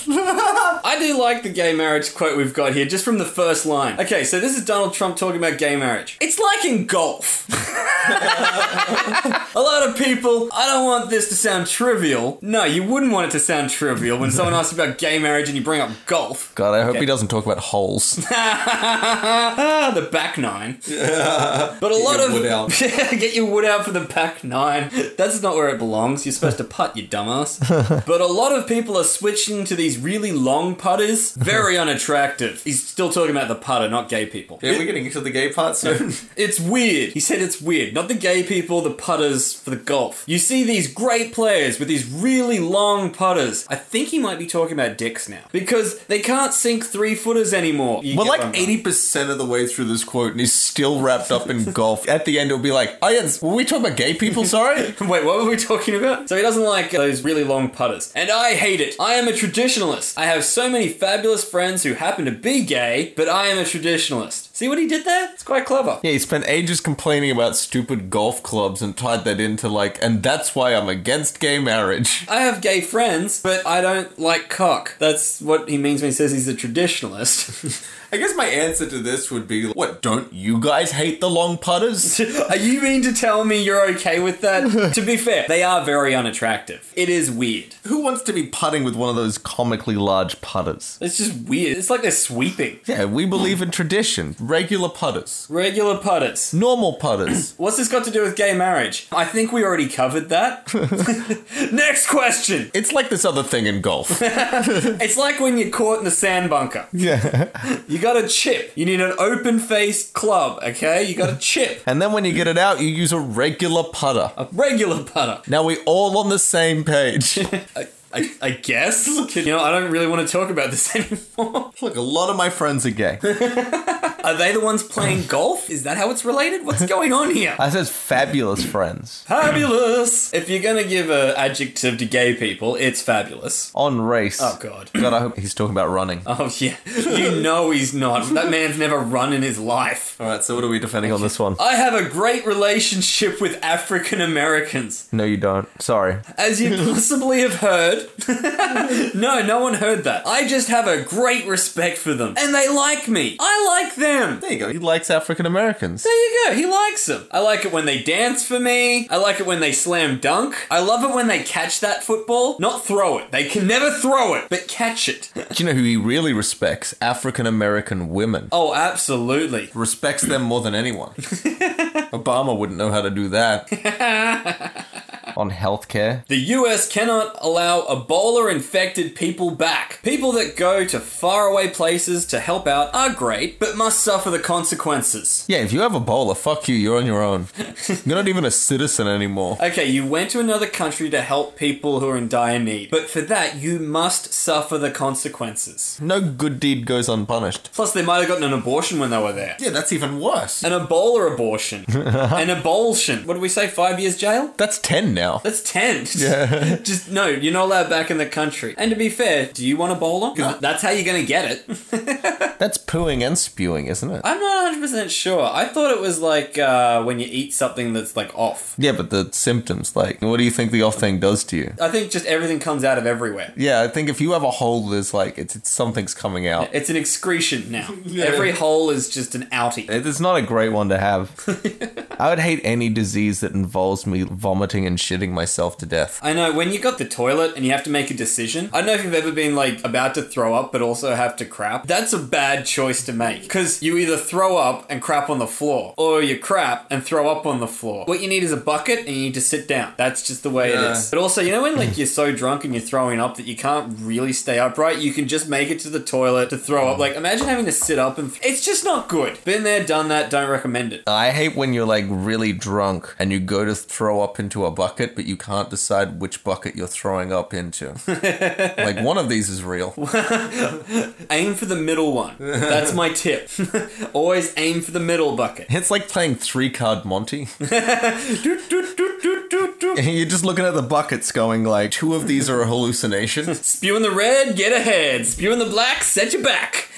Speaker 2: I do like the gay marriage quote we've got here, just from the first line. Okay, so this is Donald Trump talking about gay marriage. It's like in golf. A lot of people, I don't want this to sound trivial. No, you wouldn't want it to sound trivial when someone asks about gay marriage and you bring up golf.
Speaker 5: God, I hope he doesn't talk about holes.
Speaker 2: Ah, the back nine. But a lot
Speaker 5: your
Speaker 2: of
Speaker 5: wood out.
Speaker 2: get your wood out for the back nine. That's not where it belongs. You're supposed to putt, you dumbass. but a lot of people are switching to these really long putters. Very unattractive. He's still talking about the putter, not gay people.
Speaker 5: we're getting into the gay part soon.
Speaker 2: It's weird. He said it's weird. Not the gay people, the putters for the golf. You see these great players with these really long putters. I think he might be talking about dicks now because they can't sink three footers anymore. You
Speaker 5: We're
Speaker 2: get what I'm
Speaker 5: like
Speaker 2: saying.
Speaker 5: eighty percent of the way through this quote, and he's still wrapped up in golf. At the end, it'll be like, "Oh yeah, were we talking about gay people?" Sorry.
Speaker 2: Wait, what were we talking about? So he doesn't like those really long putters. And I hate it. I am a traditionalist. I have so many fabulous friends who happen to be gay, but I am a traditionalist. See what he did there? It's quite clever.
Speaker 5: yeah, he spent ages complaining about stupid golf clubs and tied that into like, and that's why I'm against gay marriage.
Speaker 2: I have gay friends, but I don't like cock. That's what he means when he says he's a traditionalist.
Speaker 5: I guess my answer to this would be, what? Don't you guys hate the long putters?
Speaker 2: Are you mean to tell me you're okay with that? to be fair, they are very unattractive. It is weird.
Speaker 5: Who wants to be putting with one of those comically large putters?
Speaker 2: It's just weird. It's like they're sweeping.
Speaker 5: Yeah, we believe in tradition. Regular putters.
Speaker 2: Regular putters.
Speaker 5: Normal putters.
Speaker 2: What's this got to do with gay marriage? I think we already covered that. Next question.
Speaker 5: It's like this other thing in golf.
Speaker 2: It's like when you're caught in the sand bunker.
Speaker 5: yeah.
Speaker 2: You got a chip. You need an open faced club, okay? You got a chip.
Speaker 5: And then when you get it out, you use a regular putter.
Speaker 2: A regular putter.
Speaker 5: Now we all on the same page.
Speaker 2: I, I, I guess. You know, I don't really want to talk about this anymore.
Speaker 5: Look, a lot of my friends are gay.
Speaker 2: Are they the ones playing golf? Is that how it's related? What's going on here?
Speaker 5: I says fabulous friends.
Speaker 2: Fabulous! If you're gonna give an adjective to gay people, it's fabulous.
Speaker 5: On race.
Speaker 2: Oh, God.
Speaker 5: God, I hope he's talking about running.
Speaker 2: Oh, yeah. You know he's not. That man's never run in his life.
Speaker 5: All right, so what are we defending on this one?
Speaker 2: I have a great relationship with African Americans.
Speaker 5: No, you don't. Sorry.
Speaker 2: As you possibly have heard. no, no one heard that. I just have a great respect for them. And they like me. I like them.
Speaker 5: There you go. He likes African Americans.
Speaker 2: There you go. He likes them. I like it when they dance for me. I like it when they slam dunk. I love it when they catch that football. Not throw it. They can never throw it, but catch it.
Speaker 5: Do you know who he really respects? African American women.
Speaker 2: oh, absolutely.
Speaker 5: Respects them more than anyone. Obama wouldn't know how to do that. on healthcare.
Speaker 2: The US cannot allow Ebola infected people back. People that go to faraway places to help out are great, but must suffer the consequences.
Speaker 5: Yeah, if you have Ebola, fuck you, you're on your own. You're not even a citizen anymore.
Speaker 2: Okay, you went to another country to help people who are in dire need, but for that, you must suffer the consequences.
Speaker 5: No good deed goes unpunished.
Speaker 2: Plus, they might have gotten an abortion when they were there.
Speaker 5: Yeah, that's even worse.
Speaker 2: An Ebola abortion. an abortion. What did we say? Five years jail?
Speaker 5: That's 10 now.
Speaker 2: That's 10. Yeah. Just, no, you're not allowed back in the country. And to be fair, do you want Ebola? 'Cause that's how you're going to get it.
Speaker 5: That's pooing and spewing, isn't it?
Speaker 2: I'm not 100% sure. I thought it was like uh, when you eat something that's like off.
Speaker 5: Yeah, but the symptoms, like, what do you think the off thing does to you?
Speaker 2: I think just everything comes out of everywhere.
Speaker 5: Yeah, I think if you have a hole, there's like, it's, it's something's coming out.
Speaker 2: It's an excretion now. Every hole is just an outie.
Speaker 5: It- It's not a great one to have. I would hate any disease that involves me vomiting and shitting myself to death.
Speaker 2: I know, when you got the toilet and you have to make a decision, I don't know if you've ever been like about to throw up but also have to crap. That's a bad choice to make because you either throw up and crap on the floor or you crap and throw up on the floor. What you need is a bucket and you need to sit down. That's just the way
Speaker 5: Yeah.
Speaker 2: it is. But also, you know, when like you're so drunk and you're throwing up that you can't really stay upright, you can just make it to the toilet to throw up. Like, imagine having to sit up and th- it's just not good. Been there, done that, don't recommend it.
Speaker 5: I hate when you're like really drunk and you go to throw up into a bucket, but you can't decide which bucket you're throwing up into. like one of these is real.
Speaker 2: Aim for the middle one. That's my tip. Always aim for the middle bucket.
Speaker 5: It's like playing three card Monty.
Speaker 2: Doot, doot, doot, doot, doot, doot.
Speaker 5: you're just looking at the buckets going like, two of these are a hallucination.
Speaker 2: Spew in the red, get ahead. Spew in the black, set you back.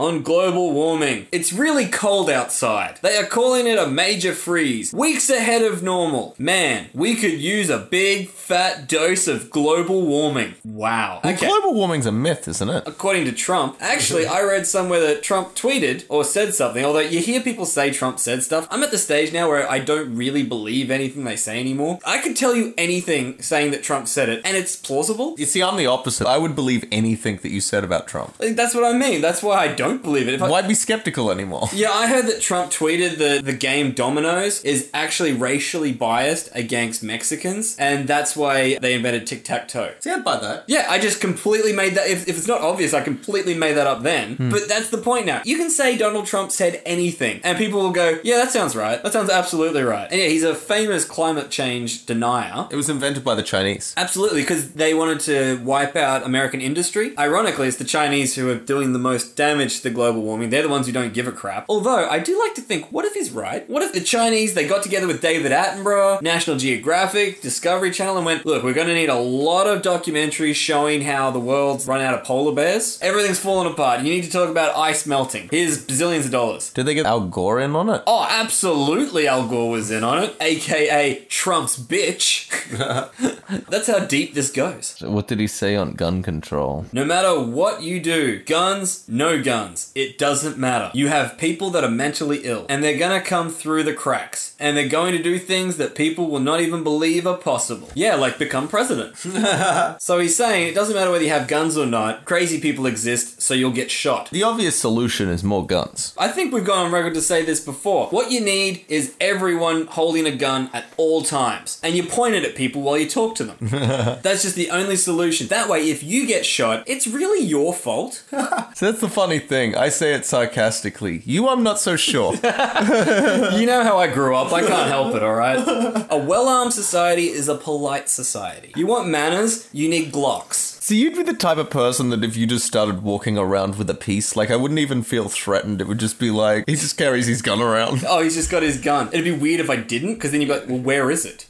Speaker 2: On global warming, it's really cold outside. They are calling it a major freeze. Weeks ahead of normal. Man, we could use a big fat dose of global warming. Wow. Okay.
Speaker 5: Global warming's a myth, isn't it?
Speaker 2: According to Trump, actually, I read somewhere that Trump tweeted or said something. Although you hear people say Trump said stuff, I'm at the stage now where I don't really believe anything they say anymore. I could tell you anything saying that Trump said it, and it's plausible.
Speaker 5: You see, I'm the opposite. I would believe anything that you said about Trump.
Speaker 2: Like, That's what I mean. That's why I don't believe it. If I-
Speaker 5: Why'd be skeptical anymore?
Speaker 2: Yeah, I heard that Trump tweeted that the game Dominoes is actually racially biased against Mexicans, and that's why they invented tic tac toe.
Speaker 5: Yeah, by that.
Speaker 2: Yeah, I just completely made that. If, if it's not obvious, I completely made that up then. But that's the point now. You can say Donald Trump said anything, and people will go, yeah, that sounds right. That sounds absolutely right. And yeah, he's a famous climate change denier.
Speaker 5: It was invented by the Chinese.
Speaker 2: Absolutely, because they wanted to wipe out American industry. Ironically, it's the Chinese who are doing the most damage to the global warming. They're the ones who don't give a crap. Although, I do like to think, what if he's right? What if the Chinese, they got together with David Attenborough, National Geographic, Discovery Channel, and went, look, we're going to need a lot of documentaries showing how the world's run out of polar bears. Everything's falling apart. You need to talk about ice melting. Here's bazillions of dollars.
Speaker 5: Did they get Al Gore in on it?
Speaker 2: Oh, absolutely, Al Gore was in on it, aka Trump's bitch. That's how deep this goes.
Speaker 5: What did he say on gun control?
Speaker 2: No matter what you do, guns, no guns, it doesn't matter. You have people that are mentally ill, and they're gonna come through the cracks, and they're going to do things that people will not even believe are possible. Yeah, like become president. so he's saying it doesn't matter whether you have guns or not, crazy people exist, so you'll get shot.
Speaker 5: The obvious solution is more guns.
Speaker 2: I think we've gone on record to say this before. What you need is everyone holding a gun at all times, and you point it at people while you talk to them. That's just the only solution. That way, if you get shot, it's really your fault.
Speaker 5: So that's the funny thing. I say it sarcastically. You, I'm not so sure.
Speaker 2: You know how I grew up. I can't help it, all right? A well armed society is a polite society. You want manners, you need Glocks.
Speaker 5: so you'd be the type of person that if you just started walking around with a piece, like I wouldn't even feel threatened. It would just be like he just carries his gun around.
Speaker 2: Oh, he's just got his gun. It'd be weird if I didn't, because then you'd be like, well, where is it?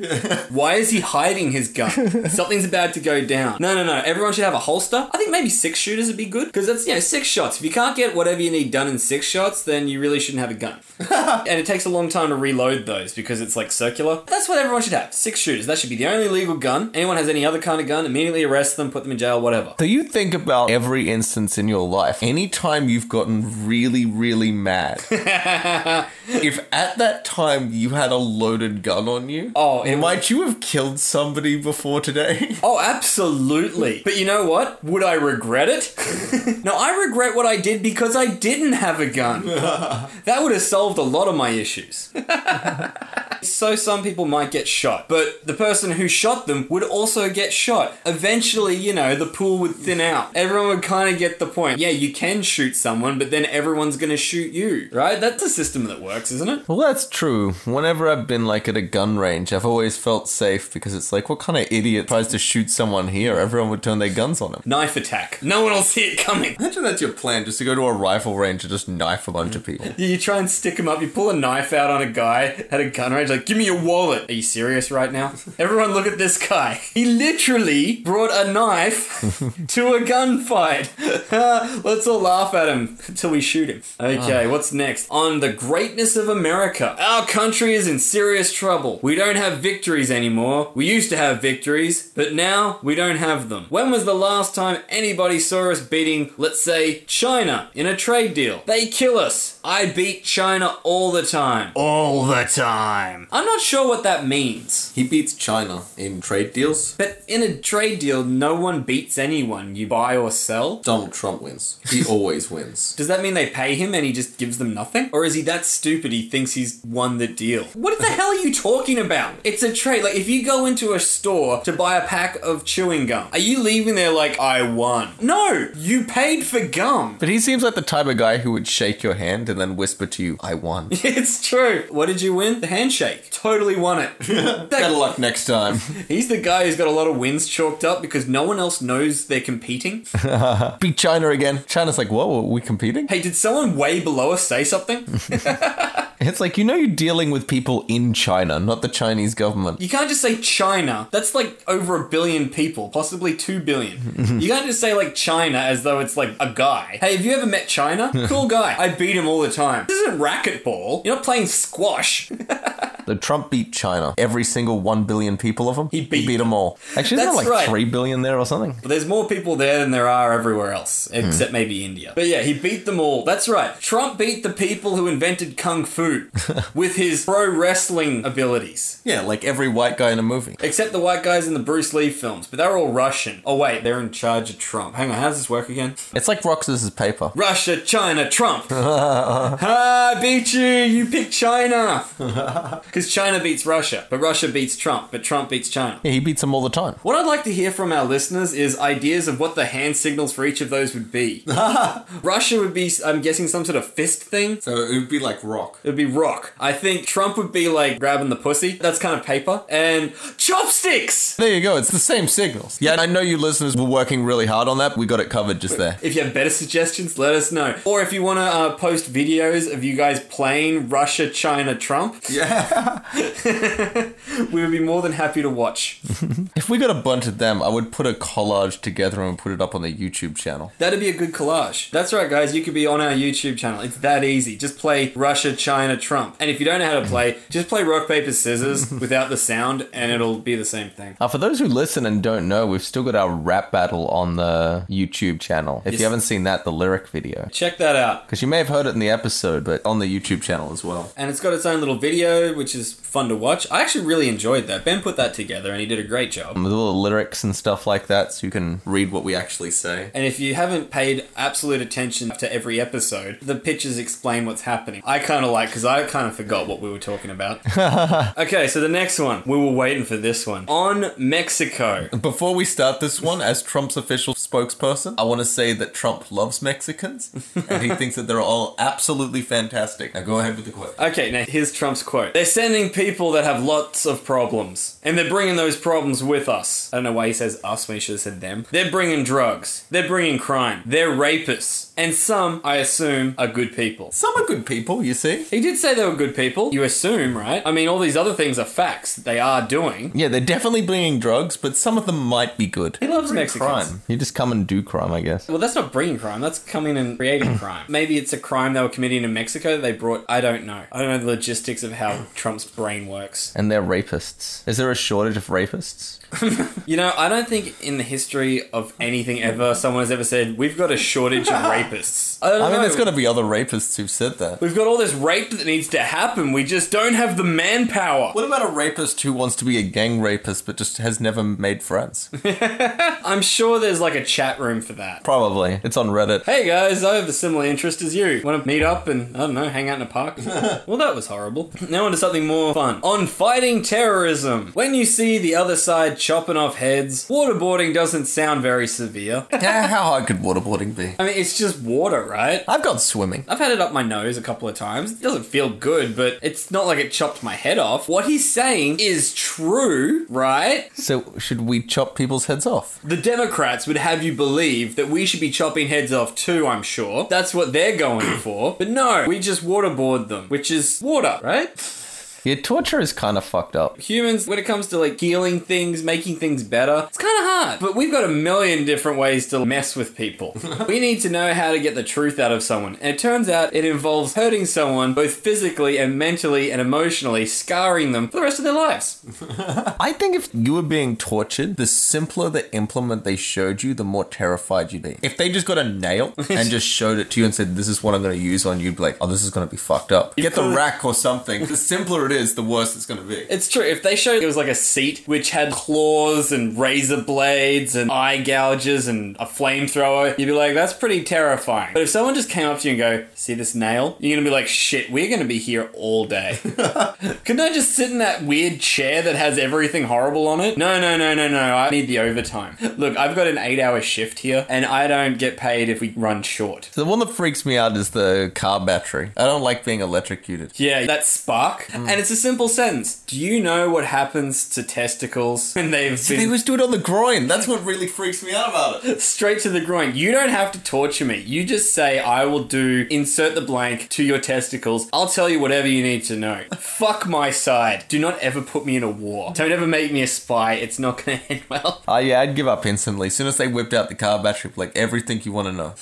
Speaker 2: Why is he hiding his gun? Something's about to go down. No, no, no. Everyone should have a holster. I think maybe six shooters would be good, because that's, you know, six shots. If you can't get whatever you need done in six shots, then you really shouldn't have a gun. and it takes a long time to reload those because it's like circular. That's what everyone should have six shooters. That should be the only legal gun. Anyone has any other kind of gun, immediately arrest them, put them in jail, whatever.
Speaker 5: So you think about every instance in your life. Anytime you've gotten really, really mad. if at that time you had a loaded gun on you,
Speaker 2: Oh, it
Speaker 5: might you have killed somebody before today?
Speaker 2: Oh, absolutely. But you know what? Would I regret it? no, I regret what I did because I didn't have a gun. that would have solved a lot of my issues. So some people might get shot, but the person who shot them would also get shot. Eventually, you know, the pool would thin out. Everyone would kind of get the point. Yeah, you can shoot someone, but then everyone's going to shoot you, right? That's a system that works, isn't it?
Speaker 5: Well, that's true. Whenever I've been like at a gun range, I've always felt safe because it's like, what kind of idiot tries to shoot someone here? Everyone would turn their guns on him.
Speaker 2: Knife attack. No one will see it coming.
Speaker 5: Imagine that's your plan, just to go to a rifle range and just knife a bunch of people.
Speaker 2: You you try and stick him up. You pull a knife out on a guy at a gun range. Like, give me your wallet. Are you serious right now? Everyone, look at this guy. He literally brought a knife to a gunfight. Let's all laugh at him until we shoot him. Okay, what's next? On the greatness of America. Our country is in serious trouble. We don't have victories anymore. We used to have victories, but now we don't have them. When was the last time anybody saw us beating, let's say, China in a trade deal? They kill us. I beat China all the time. All the time. I'm not sure what that means.
Speaker 5: He beats China in trade deals.
Speaker 2: But in a trade deal, no one beats anyone you buy or sell.
Speaker 5: Donald Trump wins. He always wins.
Speaker 2: Does that mean they pay him and he just gives them nothing? Or is he that stupid he thinks he's won the deal? What the hell are you talking about? It's a trade. Like, if you go into a store to buy a pack of chewing gum, are you leaving there like, I won? No! You paid for gum!
Speaker 5: But he seems like the type of guy who would shake your hand and then whisper to you, I won.
Speaker 2: It's true. What did you win? The handshake. Totally won it.
Speaker 5: Better luck next time.
Speaker 2: He's the guy who's got a lot of wins chalked up because no one else knows they're competing.
Speaker 5: Beat China again. China's like, whoa, are we competing?
Speaker 2: hey, did someone way below us say something?
Speaker 5: It's like, you know, you're dealing with people in China, not the Chinese government.
Speaker 2: You can't just say China. That's like over a billion people, possibly two billion. you can't just say like China as though it's like a guy. Hey, have you ever met China? Cool guy. I beat him all the time. This isn't racquetball. You're not playing squash.
Speaker 5: The Trump beat China. Every single 1 billion people of them,
Speaker 2: He beat
Speaker 5: them all. Actually, isn't there
Speaker 2: That's
Speaker 5: like
Speaker 2: right.
Speaker 5: 3 billion there or something?
Speaker 2: But there's more people there than there are everywhere else, except maybe India. But yeah, he beat them all. That's right. Trump beat the people who invented kung fu with his pro wrestling abilities.
Speaker 5: Yeah, like every white guy in a movie.
Speaker 2: Except the white guys in the Bruce Lee films, but they're all Russian. Oh wait, they're in charge of Trump. Hang on, how does this work again?
Speaker 5: It's like rocks versus paper.
Speaker 2: Russia, China, Trump. Ah, I beat you. You picked China. Because China beats Russia, but Russia beats Trump, but Trump beats China.
Speaker 5: Yeah, he beats them all the time.
Speaker 2: What I'd like to hear from our listeners is ideas of what the hand signals for each of those would be. Russia would be, I'm guessing, some sort of fist thing.
Speaker 5: So it would be like rock.
Speaker 2: It'd be rock. I think Trump would be like grabbing the pussy. That's kind of paper. And chopsticks!
Speaker 5: There you go. It's the same signals. Yeah, I know you listeners were working really hard on that. We got it covered just there.
Speaker 2: If you have better suggestions, let us know. Or if you want to uh, post videos of you guys playing Russia, China, Trump,
Speaker 5: Yeah.
Speaker 2: we would be more than happy to watch.
Speaker 5: If we got a bunch of them, I would put a collage together and put it up on the YouTube channel.
Speaker 2: That'd be a good collage. That's right, guys. You could be on our YouTube channel. It's that easy. Just play Russia, China, Trump. And if you don't know how to play, just play rock, paper, scissors without the sound, and it'll be the same thing.
Speaker 5: Uh, for those who listen and don't know, we've still got our rap battle on the YouTube channel. If
Speaker 2: Yes.
Speaker 5: you haven't seen that, the lyric video.
Speaker 2: Check that out.
Speaker 5: Because you may have heard it in the episode, but on the YouTube channel as well.
Speaker 2: And it's got its own little video, which is fun to watch. I actually really enjoyed that. Ben put that together, and he did a great job.
Speaker 5: With all the lyrics and stuff like that, so you can read what we actually say.
Speaker 2: And if you haven't paid absolute attention to every episode, the pictures explain what's happening. I kind of like because I kind of forgot what we were talking about. okay, so the next one, we were waiting for this one on Mexico.
Speaker 5: Before we start this one, as Trump's official spokesperson, I want to say that Trump loves Mexicans and he thinks that they're all absolutely fantastic. Now go ahead with the quote.
Speaker 2: Okay, now here's Trump's quote. They're sending people that have lots of problems, and they're bringing those problems with us. I don't know why he says us when he should have said them. They're bringing drugs, they're bringing crime, they're rapists, and some, I assume, are good people.
Speaker 5: Some are good people, you see.
Speaker 2: He did say they were good people, you assume, right? I mean, all these other things are facts that they are doing.
Speaker 5: Yeah, they're definitely bringing drugs, but some of them might be good.
Speaker 2: He loves
Speaker 5: Bring
Speaker 2: Mexicans.
Speaker 5: Crime. You just come and do crime, I guess.
Speaker 2: Well, that's not bringing crime, that's coming and creating crime. Maybe it's a crime they were committing in Mexico that they brought. I don't know. I don't know the logistics of how Trump's brain works.
Speaker 5: And they're rapists. Is there a shortage of rapists?
Speaker 2: You know, I don't think in the history of anything ever someone has ever said we've got a shortage of rapists. I don't
Speaker 5: I mean,
Speaker 2: know.
Speaker 5: there's got to be other rapists who've said that.
Speaker 2: We've got all this rape that needs to happen. We just don't have the manpower.
Speaker 5: What about a rapist who wants to be a gang rapist but just has never made friends?
Speaker 2: I'm sure there's like a chat room for that.
Speaker 5: Probably. It's on Reddit.
Speaker 2: Hey guys, I have a similar interest as you. Want to meet up and, I don't know, hang out in a park? well, that was horrible. Now, onto something more fun. On fighting terrorism. When you see the other side chopping off heads, waterboarding doesn't sound very severe.
Speaker 5: How how hard could waterboarding be?
Speaker 2: I mean, it's just water, right?
Speaker 5: I've got swimming.
Speaker 2: I've had it up my nose a couple of times. It doesn't feel good, but it's not like it chopped my head off. What he's saying is true, right?
Speaker 5: So should we chop people's heads off?
Speaker 2: The Democrats would have you believe that we should be chopping heads off too, I'm sure. That's what they're going for. But no, we just waterboard them, which is water, right?
Speaker 5: Yeah, torture is kind of fucked up.
Speaker 2: Humans, when it comes to like healing things, making things better, it's kind of hard. But we've got a million different ways to mess with people. we need to know how to get the truth out of someone. And it turns out it involves hurting someone both physically and mentally and emotionally, scarring them for the rest of their lives.
Speaker 5: I think if you were being tortured, the simpler the implement they showed you, the more terrified you'd be. If they just got a nail and just showed it to you and said, "This is what I'm going to use on you," you'd be like, "Oh, this is going to be fucked up." Get the
Speaker 2: could-
Speaker 5: rack or something. The simpler it is, the worse it's going to be.
Speaker 2: It's true. If they showed it was like a seat which had claws and razor blades and eye gouges and a flamethrower, you'd be like, that's pretty terrifying. But if someone just came up to you and go, see this nail? You're gonna be like, shit, we're gonna be here all day. Couldn't I just sit in that weird chair that has everything horrible on it? No, no, no, no, no. I need the overtime. Look, I've got an eight hour shift here and I don't get paid if we run short.
Speaker 5: The one that freaks me out is the car battery. I don't like being electrocuted.
Speaker 2: Yeah, that spark. And it's a simple sentence. Do you know what happens to testicles when they've been
Speaker 5: They always do it on the groin. That's what really freaks me out about it.
Speaker 2: straight to the groin. You don't have to torture me. You just say, I will do insert the blank to your testicles. I'll tell you whatever you need to know. Fuck my side. Do not ever put me in a war. Don't ever make me a spy. It's not going to end well.
Speaker 5: Oh yeah, I'd give up instantly. As soon as they whipped out the car battery, like everything you want to know.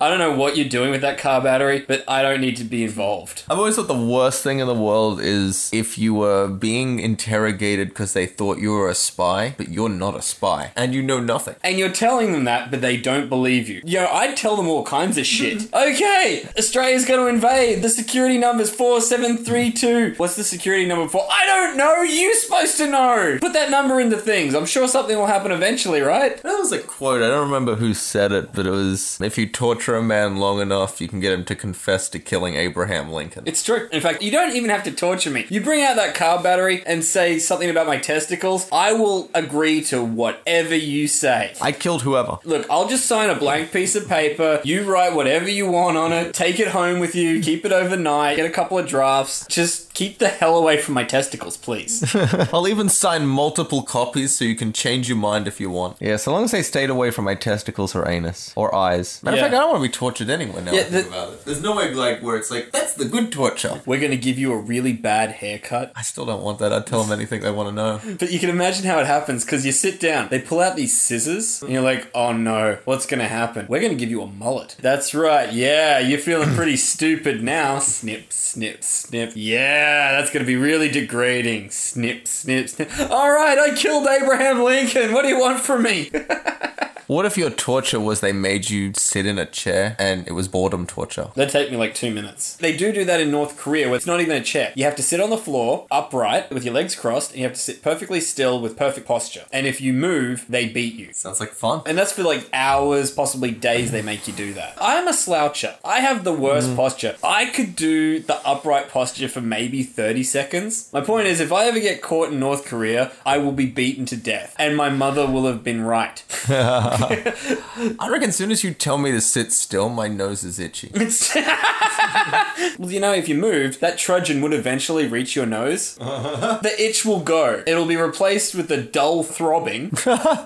Speaker 2: I don't know what you're doing with that car battery, but I don't need to be involved.
Speaker 5: I've always thought the worst thing in the world is if you were being interrogated because they thought you were a spy, but you're not a spy and you know nothing.
Speaker 2: And you're telling them that, but they don't believe you. Yo, I'd tell them all kinds of shit. okay, Australia's gonna invade. The security number's 4732. What's the security number for? I don't know. You're supposed to know. Put that number into things. I'm sure something will happen eventually, right?
Speaker 5: That was a quote. I don't remember who said it, but it was if you torture a man long enough, you can get him to confess to killing Abraham Lincoln.
Speaker 2: It's true. In fact, you don't even have to torture me. You bring out that car battery and say something about my testicles. I will agree to whatever you say.
Speaker 5: I killed whoever.
Speaker 2: Look, I'll just sign a blank piece of paper. You write whatever you want on it. Take it home with you. Keep it overnight. Get a couple of drafts. Just keep the hell away from my testicles, please.
Speaker 5: I'll even sign multiple copies so you can change your mind if you want. Yeah, so long as they stayed away from my testicles or anus or eyes. Matter
Speaker 2: Yeah.
Speaker 5: of fact, I don't want to be tortured anyway. Now
Speaker 2: Yeah,
Speaker 5: I think
Speaker 2: the-
Speaker 5: about it. There's no way like where it's like that's the good torture.
Speaker 2: We're going to give you a really bad haircut.
Speaker 5: I still don't want that. I'd tell them anything they want to know.
Speaker 2: But you can imagine how it happens because you sit down, they pull out these scissors, and you're like, oh no, what's going to happen? We're going to give you a mullet. That's right. Yeah, you're feeling pretty stupid now. Snip, snip, snip. Yeah, that's going to be really degrading. Snip, snip, snip. All right, I killed Abraham Lincoln. What do you want from me?
Speaker 5: What if your torture was they made you sit in a chair and it was boredom torture?
Speaker 2: That'd take me like two minutes. They do do that in North Korea where it's not even a chair. You have to sit on the floor upright with your legs crossed and you have to sit perfectly still with perfect posture. And if you move, they beat you.
Speaker 5: Sounds like fun.
Speaker 2: And that's for like hours, possibly days, they make you do that. I'm a sloucher. I have the worst posture. I could do the upright posture for maybe 30 seconds. My point is, if I ever get caught in North Korea, I will be beaten to death. And my mother will have been right.
Speaker 5: I reckon as soon as you tell me to sit still, my nose is itchy.
Speaker 2: It's- well, you know, if you moved, that trudgeon would eventually reach your nose. the itch will go. It'll be replaced with a dull throbbing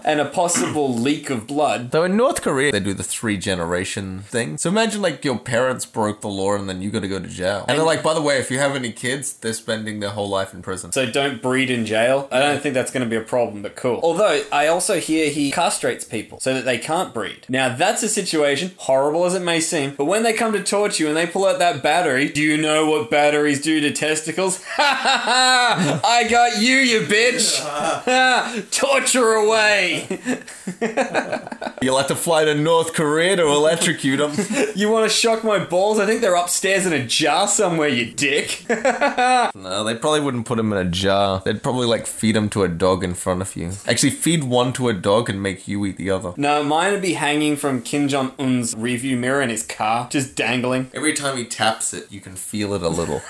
Speaker 2: and a possible leak of blood.
Speaker 5: Though in North Korea, they do the three generation thing. So imagine like your parents broke the law and then you got to go to jail. And they're like, by the way, if you have any kids, they're spending their whole life in prison.
Speaker 2: So don't breed in jail. I don't think that's going to be a problem, but cool. Although I also hear he castrates people. so that they can't breed. Now, that's a situation, horrible as it may seem, but when they come to torture you and they pull out that battery, do you know what batteries do to testicles? Ha ha ha! I got you, you bitch! torture away!
Speaker 5: You'll have to fly to North Korea to electrocute them.
Speaker 2: You want to shock my balls? I think they're upstairs in a jar somewhere, you dick!
Speaker 5: no, they probably wouldn't put them in a jar. They'd probably like feed them to a dog in front of you. Actually, feed one to a dog and make you eat the other.
Speaker 2: no, mine would be hanging from Kim Jong Un's rearview mirror in his car, just dangling.
Speaker 5: Every time he taps it, you can feel it a little.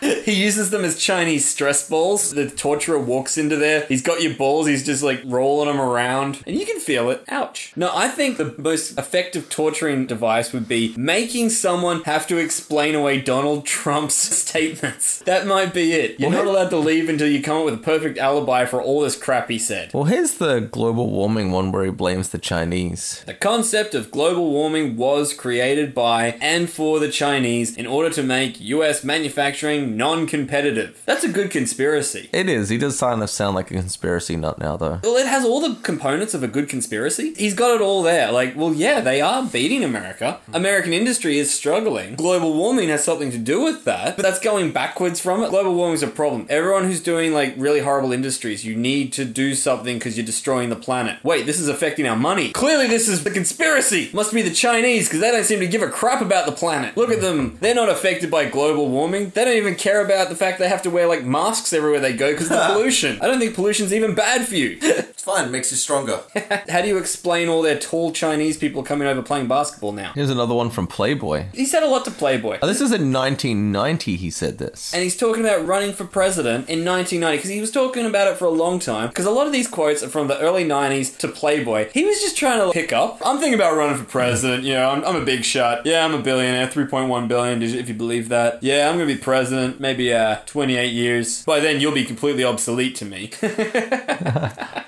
Speaker 2: He uses them as Chinese stress balls. The torturer walks into there. He's got your balls. He's just like rolling them around, and you can feel it. Ouch. No, I think the most effective torturing device would be making someone have to explain away Donald Trump's statements. That might be it. You're not
Speaker 5: What?
Speaker 2: allowed to leave until you come up with a perfect alibi for all this crap he said.
Speaker 5: well, here's the global warming one where he blames the Chinese.
Speaker 2: The concept of global warming was created by and for the Chinese in order to make US manufacturing non competitive. That's a good conspiracy.
Speaker 5: It is. He does kind of sound like a conspiracy nut now, though.
Speaker 2: Well, it has all the components of a good conspiracy. He's got it all there. Like, well, yeah, they are beating America. American industry is struggling. Global warming has something to do with that, but that's going backwards from it. Global warming is a problem. Everyone who's doing like really horrible industries, you need to do something because you're destroying the planet. Wait, this is affecting our money. Clearly, this is the conspiracy. Must be the Chinese because they don't seem to give a crap about the planet. Look at them. They're not affected by global warming. They don't even care about the fact they have to wear like masks everywhere they go because of the pollution. I don't think pollution's even bad for you.
Speaker 5: It's fine. Makes you stronger.
Speaker 2: How do you explain all their tall Chinese people coming over playing basketball now?
Speaker 5: Here's another one from Playboy.
Speaker 2: He said a lot to Playboy.
Speaker 5: Oh, this is in 1990. He said this.
Speaker 2: And he's talking about running for president in 1990 because he was talking about it for a long time. Because a lot of these quotes are from the early 90s to Playboy. He was just trying to pick up. I'm thinking about running for president. Yeah, I'm, I'm a big shot. Yeah, I'm a billionaire. 3.1 billion, if you believe that. Yeah, I'm going to be president. Maybe uh, 28 years. By then, you'll be completely obsolete to me.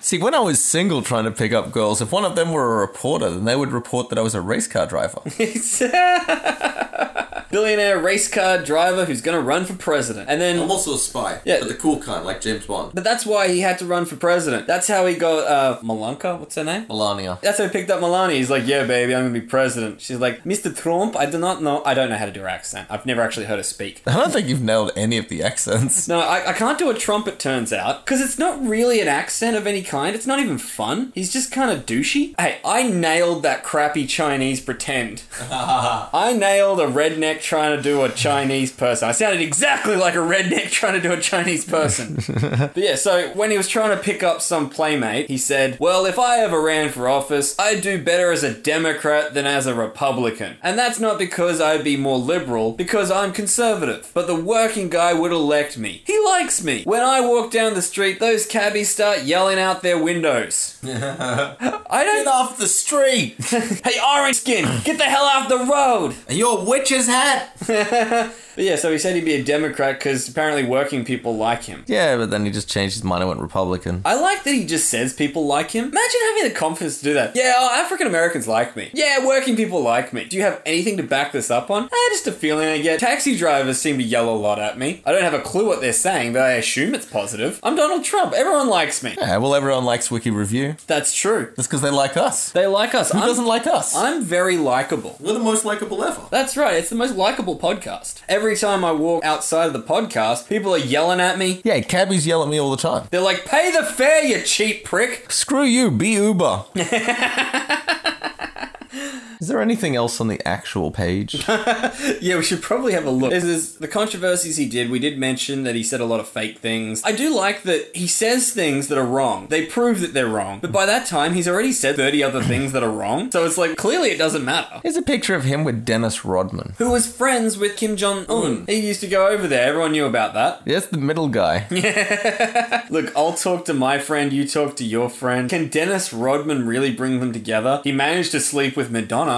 Speaker 5: See, when I was single trying to pick up girls, if one of them were a reporter, then they would report that I was a race car driver.
Speaker 2: billionaire race car driver who's going to run for president. And then.
Speaker 5: also a spy,
Speaker 2: Yeah. but the
Speaker 5: cool kind, like James Bond.
Speaker 2: But that's why he had to run for president. That's how he got uh Malanka, what's her name?
Speaker 5: Melania.
Speaker 2: That's how he picked up Melania. He's like, "Yeah, baby, I'm gonna be president." She's like, "Mr. Trump, I do not know. I don't know how to do her accent. I've never actually heard her speak."
Speaker 5: I don't think you've nailed any of the accents.
Speaker 2: No, I, I can't do a Trump. It turns out because it's not really an accent of any kind. It's not even fun. He's just kind of douchey. Hey, I nailed that crappy Chinese pretend. I nailed a redneck trying to do a Chinese person. I sounded exactly like a redneck trying to do a Chinese person. but yeah, so when he was trying to pick up some playmate, he said, Well, if I ever ran for office, I'd do better as a Democrat than as a Republican. And that's not because I'd be more liberal, because I'm conservative. But the working guy would elect me. He likes me. When I walk down the street, those cabbies start yelling out their windows. I don't.
Speaker 5: off the street!
Speaker 2: Hey, orange skin, get the hell off the road!
Speaker 5: Your witch's hat!
Speaker 2: But yeah, so he said he'd be a Democrat because apparently working people like him.
Speaker 5: Yeah, but then he just changed his mind and went Republican.
Speaker 2: I like that he just says people like him. Imagine having the confidence to do that. Yeah, oh, African Americans like me. Yeah, working people like me. Do you have anything to back this up on? Ah, just a feeling I get. Taxi drivers seem to yell a lot at me. I don't have a clue what they're saying, but I assume it's positive. I'm Donald Trump. Everyone likes me.
Speaker 5: Yeah, well, everyone likes Wiki Review.
Speaker 2: That's true.
Speaker 5: That's because they like us.
Speaker 2: They like us.
Speaker 5: Who
Speaker 2: I'm,
Speaker 5: doesn't like us?
Speaker 2: I'm very likable.
Speaker 5: We're the most likable ever.
Speaker 2: That's right. It's the most likable podcast. Every time I walk outside of the podcast, people are yelling at me.
Speaker 5: Yeah, cabbies yell at me all the time.
Speaker 2: They're like, "Pay the fare, you cheap prick."
Speaker 5: Screw you, be Uber. Is there anything else on the actual page?
Speaker 2: Yeah, we should probably have a look. This is the controversies he did. We did mention that he said a lot of fake things. I do like that he says things that are wrong. They prove that they're wrong. But by that time, he's already said 30 other things that are wrong. So it's like, clearly it doesn't matter.
Speaker 5: Here's a picture of him with Dennis Rodman.
Speaker 2: Who was friends with Kim Jong Un? He used to go over there. Everyone knew about that.
Speaker 5: That's the middle guy.
Speaker 2: Look, I'll talk to my friend. You talk to your friend. Can Dennis Rodman really bring them together? He managed to sleep with Madonna.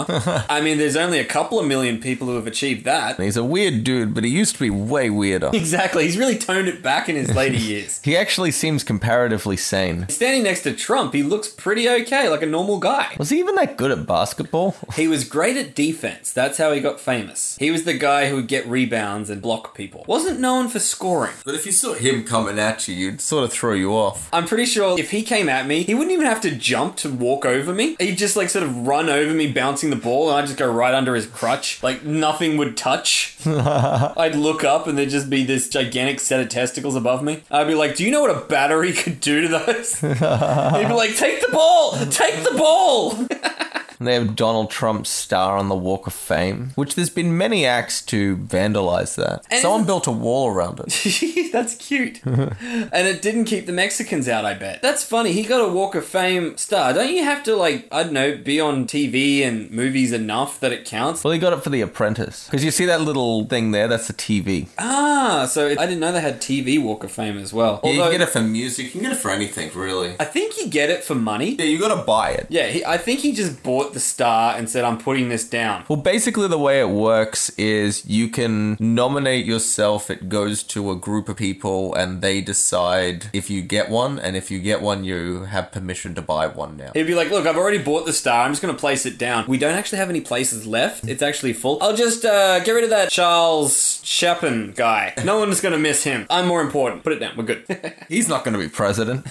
Speaker 2: I mean, there's only a couple of million people who have achieved that.
Speaker 5: He's a weird dude, but he used to be way weirder.
Speaker 2: Exactly. He's really toned it back in his later years.
Speaker 5: he actually seems comparatively sane.
Speaker 2: Standing next to Trump, he looks pretty okay, like a normal guy.
Speaker 5: Was he even that good at basketball?
Speaker 2: He was great at defense. That's how he got famous. He was the guy who would get rebounds and block people. Wasn't known for scoring.
Speaker 5: But if you saw him coming at you, you'd sort of throw you off.
Speaker 2: I'm pretty sure if he came at me, he wouldn't even have to jump to walk over me. He'd just like sort of run over me, bouncing the ball, and I'd just go right under his crutch. Like nothing would touch. I'd look up and there'd just be this gigantic set of testicles above me. I'd be like, Do you know what a battery could do to those? He'd be like, Take the ball! Take the ball!
Speaker 5: And they have Donald Trump's star on the Walk of Fame, which there's been many acts to vandalize that.
Speaker 2: And-
Speaker 5: Someone built a wall around it.
Speaker 2: That's cute. and it didn't keep the Mexicans out, I bet. That's funny. He got a Walk of Fame star. Don't you have to, like, I don't know, be on TV and movies enough that it counts?
Speaker 5: Well, he got it for The Apprentice. Because you see that little thing there? That's the TV.
Speaker 2: Ah, so it, I didn't know they had TV Walk of Fame as well.
Speaker 5: Yeah, you
Speaker 2: Although,
Speaker 5: can get it for music. You can get it for anything, really.
Speaker 2: I think you get it for money.
Speaker 5: Yeah, you gotta buy it.
Speaker 2: Yeah, he, I think he just bought the star and said, I'm putting this down.
Speaker 5: Well, basically, the way it works is you can nominate yourself. It goes to a group of people, and they decide if you get one, and if you get one, you have permission to buy one now.
Speaker 2: He'd be like, Look, I've already bought the star. I'm just going to place it down. We don't actually have any places left. It's actually full. I'll just uh, get rid of that Charles Chapin guy. No one's going to miss him. I'm more important. Put it down. We're good.
Speaker 5: He's not going to be president.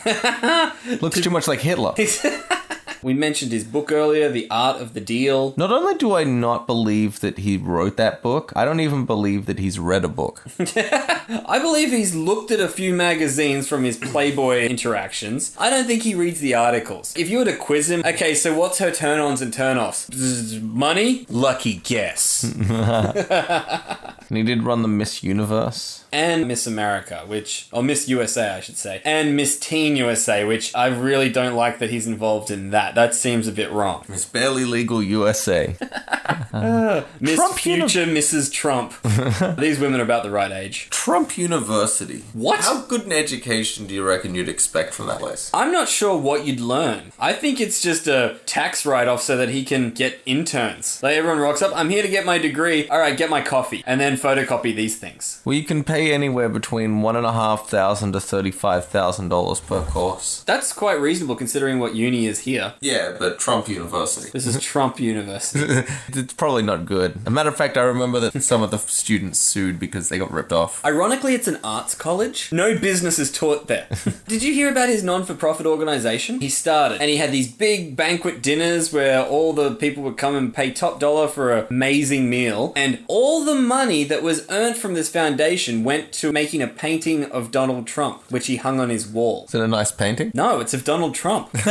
Speaker 5: Looks too much like Hitler.
Speaker 2: we mentioned his book earlier, The Art of the Deal.
Speaker 5: Not only do I not believe that he wrote that book, I don't even believe that he's read a book.
Speaker 2: I believe he's looked at a few magazines from his Playboy interactions. I don't think he reads the articles. If you were to quiz him, okay, so what's her turn ons and turn offs? Money? Lucky guess.
Speaker 5: And he did run the Miss Universe.
Speaker 2: and Miss America, which, or Miss USA, I should say, and Miss Teen USA, which I really don't like that he's involved in that. That seems a bit wrong.
Speaker 5: It's barely legal USA.
Speaker 2: Miss
Speaker 5: Trump
Speaker 2: Future Mrs. Trump. These women are about the right age.
Speaker 5: Trump University.
Speaker 2: What?
Speaker 5: How good an education do you reckon you'd expect from that place?
Speaker 2: I'm not sure what you'd learn. I think it's just a tax write off so that he can get interns. Like everyone rocks up, I'm here to get my degree. All right, get my coffee. And then photocopy these things.
Speaker 5: Well, you can pay anywhere between one and a half thousand to thirty-five thousand dollars per course.
Speaker 2: That's quite reasonable considering what uni is here.
Speaker 5: Yeah, but Trump University.
Speaker 2: This is Trump University.
Speaker 5: It's probably not good. A matter of fact, I remember that some of the students sued because they got ripped off.
Speaker 2: Ironically, it's an arts college. No business is taught there. Did you hear about his non for profit organization? He started and he had these big banquet dinners where all the people would come and pay top dollar for an amazing meal. And all the money that was earned from this foundation went to making a painting of Donald Trump, which he hung on his wall.
Speaker 5: Is it a nice painting?
Speaker 2: No, it's of Donald Trump.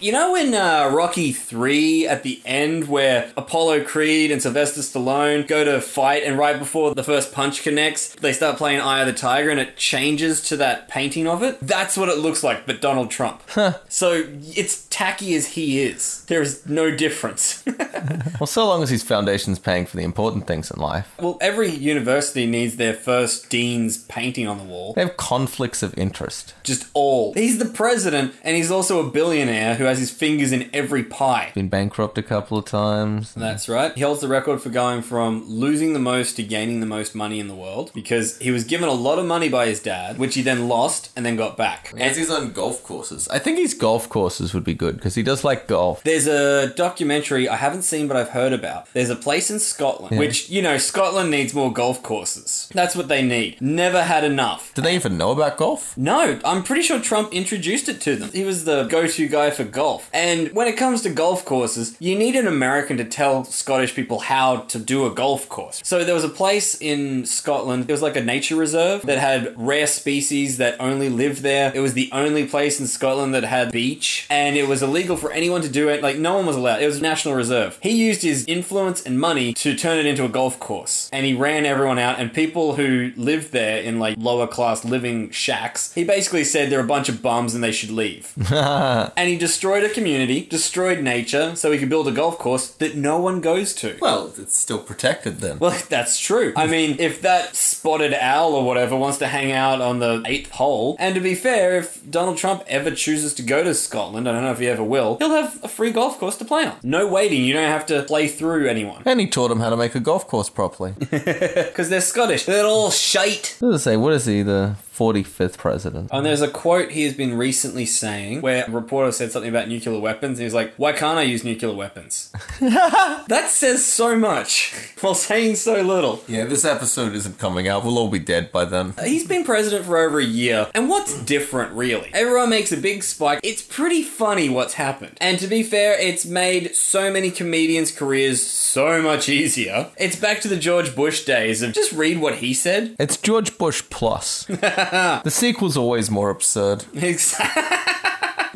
Speaker 2: you know in uh, Rocky 3 at the end where Apollo Creed and Sylvester Stallone go to fight and right before the first punch connects, they start playing Eye of the Tiger and it changes to that painting of it? That's what it looks like, but Donald Trump. So it's tacky as he is. There is no difference.
Speaker 5: Well, so long as his foundation's paying for the important things in life.
Speaker 2: well, every university needs their first dean's painting on the wall.
Speaker 5: They have conflicts of interest.
Speaker 2: Just all. He's the president and he's also a billionaire who has his fingers in every pie.
Speaker 5: Been bankrupt a couple of times.
Speaker 2: That's right. He holds the record for going from losing the most to gaining the most money in the world because he was given a lot of money by his dad, which he then lost and then got back. And
Speaker 5: he's on golf courses. I think his golf courses would be good because he does like golf.
Speaker 2: there's a documentary I haven't seen but I've heard about. There's a place in Scotland, which, you know, Scotland needs more golf courses. That's what they need. Never had enough.
Speaker 5: Do they even know about golf?
Speaker 2: No, I'm pretty sure Trump introduced it to them. He was the go to guy for golf. And when it comes to golf courses, you need an American to tell Scottish people how to do a golf course. So there was a place in Scotland, it was like a nature reserve that had rare species that only lived there. It was the only place in Scotland that had beach, and it was illegal for anyone to do it. Like, no one was allowed. It was a national reserve. He used his influence and money to turn it into a golf course, and he he ran everyone out, and people who lived there in like lower class living shacks, he basically said they're a bunch of bums and they should leave. and he destroyed a community, destroyed nature, so he could build a golf course that no one goes to.
Speaker 5: Well, it's still protected then.
Speaker 2: Well, that's true. I mean, if that spotted owl or whatever wants to hang out on the eighth hole, and to be fair, if Donald Trump ever chooses to go to Scotland, I don't know if he ever will, he'll have a free golf course to play on. No waiting, you don't have to play through anyone.
Speaker 5: and he taught him how to make a golf course properly.
Speaker 2: Because they're Scottish, they're all shite.
Speaker 5: What does it say? What is he, the 45th president?
Speaker 2: And there's a quote he has been recently saying where a reporter said something about nuclear weapons, and he's like, Why can't I use nuclear weapons? that says so much while saying so little.
Speaker 5: Yeah, this episode isn't coming out. We'll all be dead by then.
Speaker 2: He's been president for over a year, and what's different, really? Everyone makes a big spike. It's pretty funny what's happened. And to be fair, it's made so many comedians' careers so much easier. It's back to the George Bush days of just read what he said.
Speaker 5: It's George Bush Plus. the sequel's always more absurd.
Speaker 2: Exactly.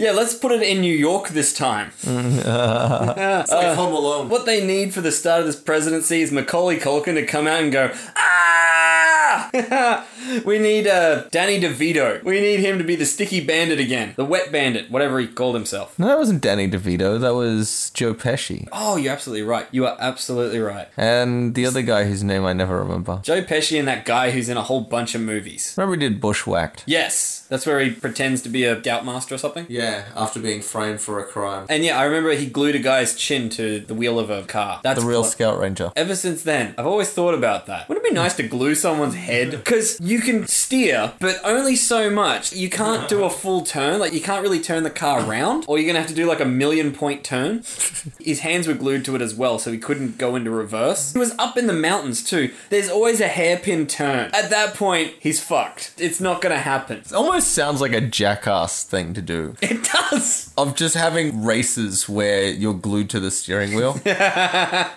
Speaker 2: Yeah, let's put it in New York this time.
Speaker 5: It's like Home Alone.
Speaker 2: What they need for the start of this presidency is Macaulay Culkin to come out and go, ah! we need uh, Danny DeVito. We need him to be the sticky bandit again. The wet bandit, whatever he called himself.
Speaker 5: No, that wasn't Danny DeVito. That was Joe Pesci.
Speaker 2: Oh, you're absolutely right. You are absolutely right.
Speaker 5: And the other guy whose name I never remember.
Speaker 2: Joe Pesci and that guy who's in a whole bunch of movies.
Speaker 5: Remember he did Bushwhacked?
Speaker 2: Yes, that's where he pretends to be a gout master or something.
Speaker 5: Yeah, after being framed for a crime.
Speaker 2: And yeah, I remember he glued a guy's chin to the wheel of a car. That's
Speaker 5: The real
Speaker 2: cl-
Speaker 5: Scout Ranger.
Speaker 2: Ever since then, I've always thought about that. Wouldn't it be nice to glue someone's head? Because you can steer, but only so much. You can't do a full turn. Like, you can't really turn the car around, or you're going to have to do like a million point turn. His hands were glued to it as well, so he couldn't go into reverse. He was up in the mountains, too. There's always a hairpin turn. At that point, he's fucked. It's not going to happen.
Speaker 5: It almost sounds like a jackass thing to do.
Speaker 2: It does.
Speaker 5: of just having races where you're glued to the steering wheel.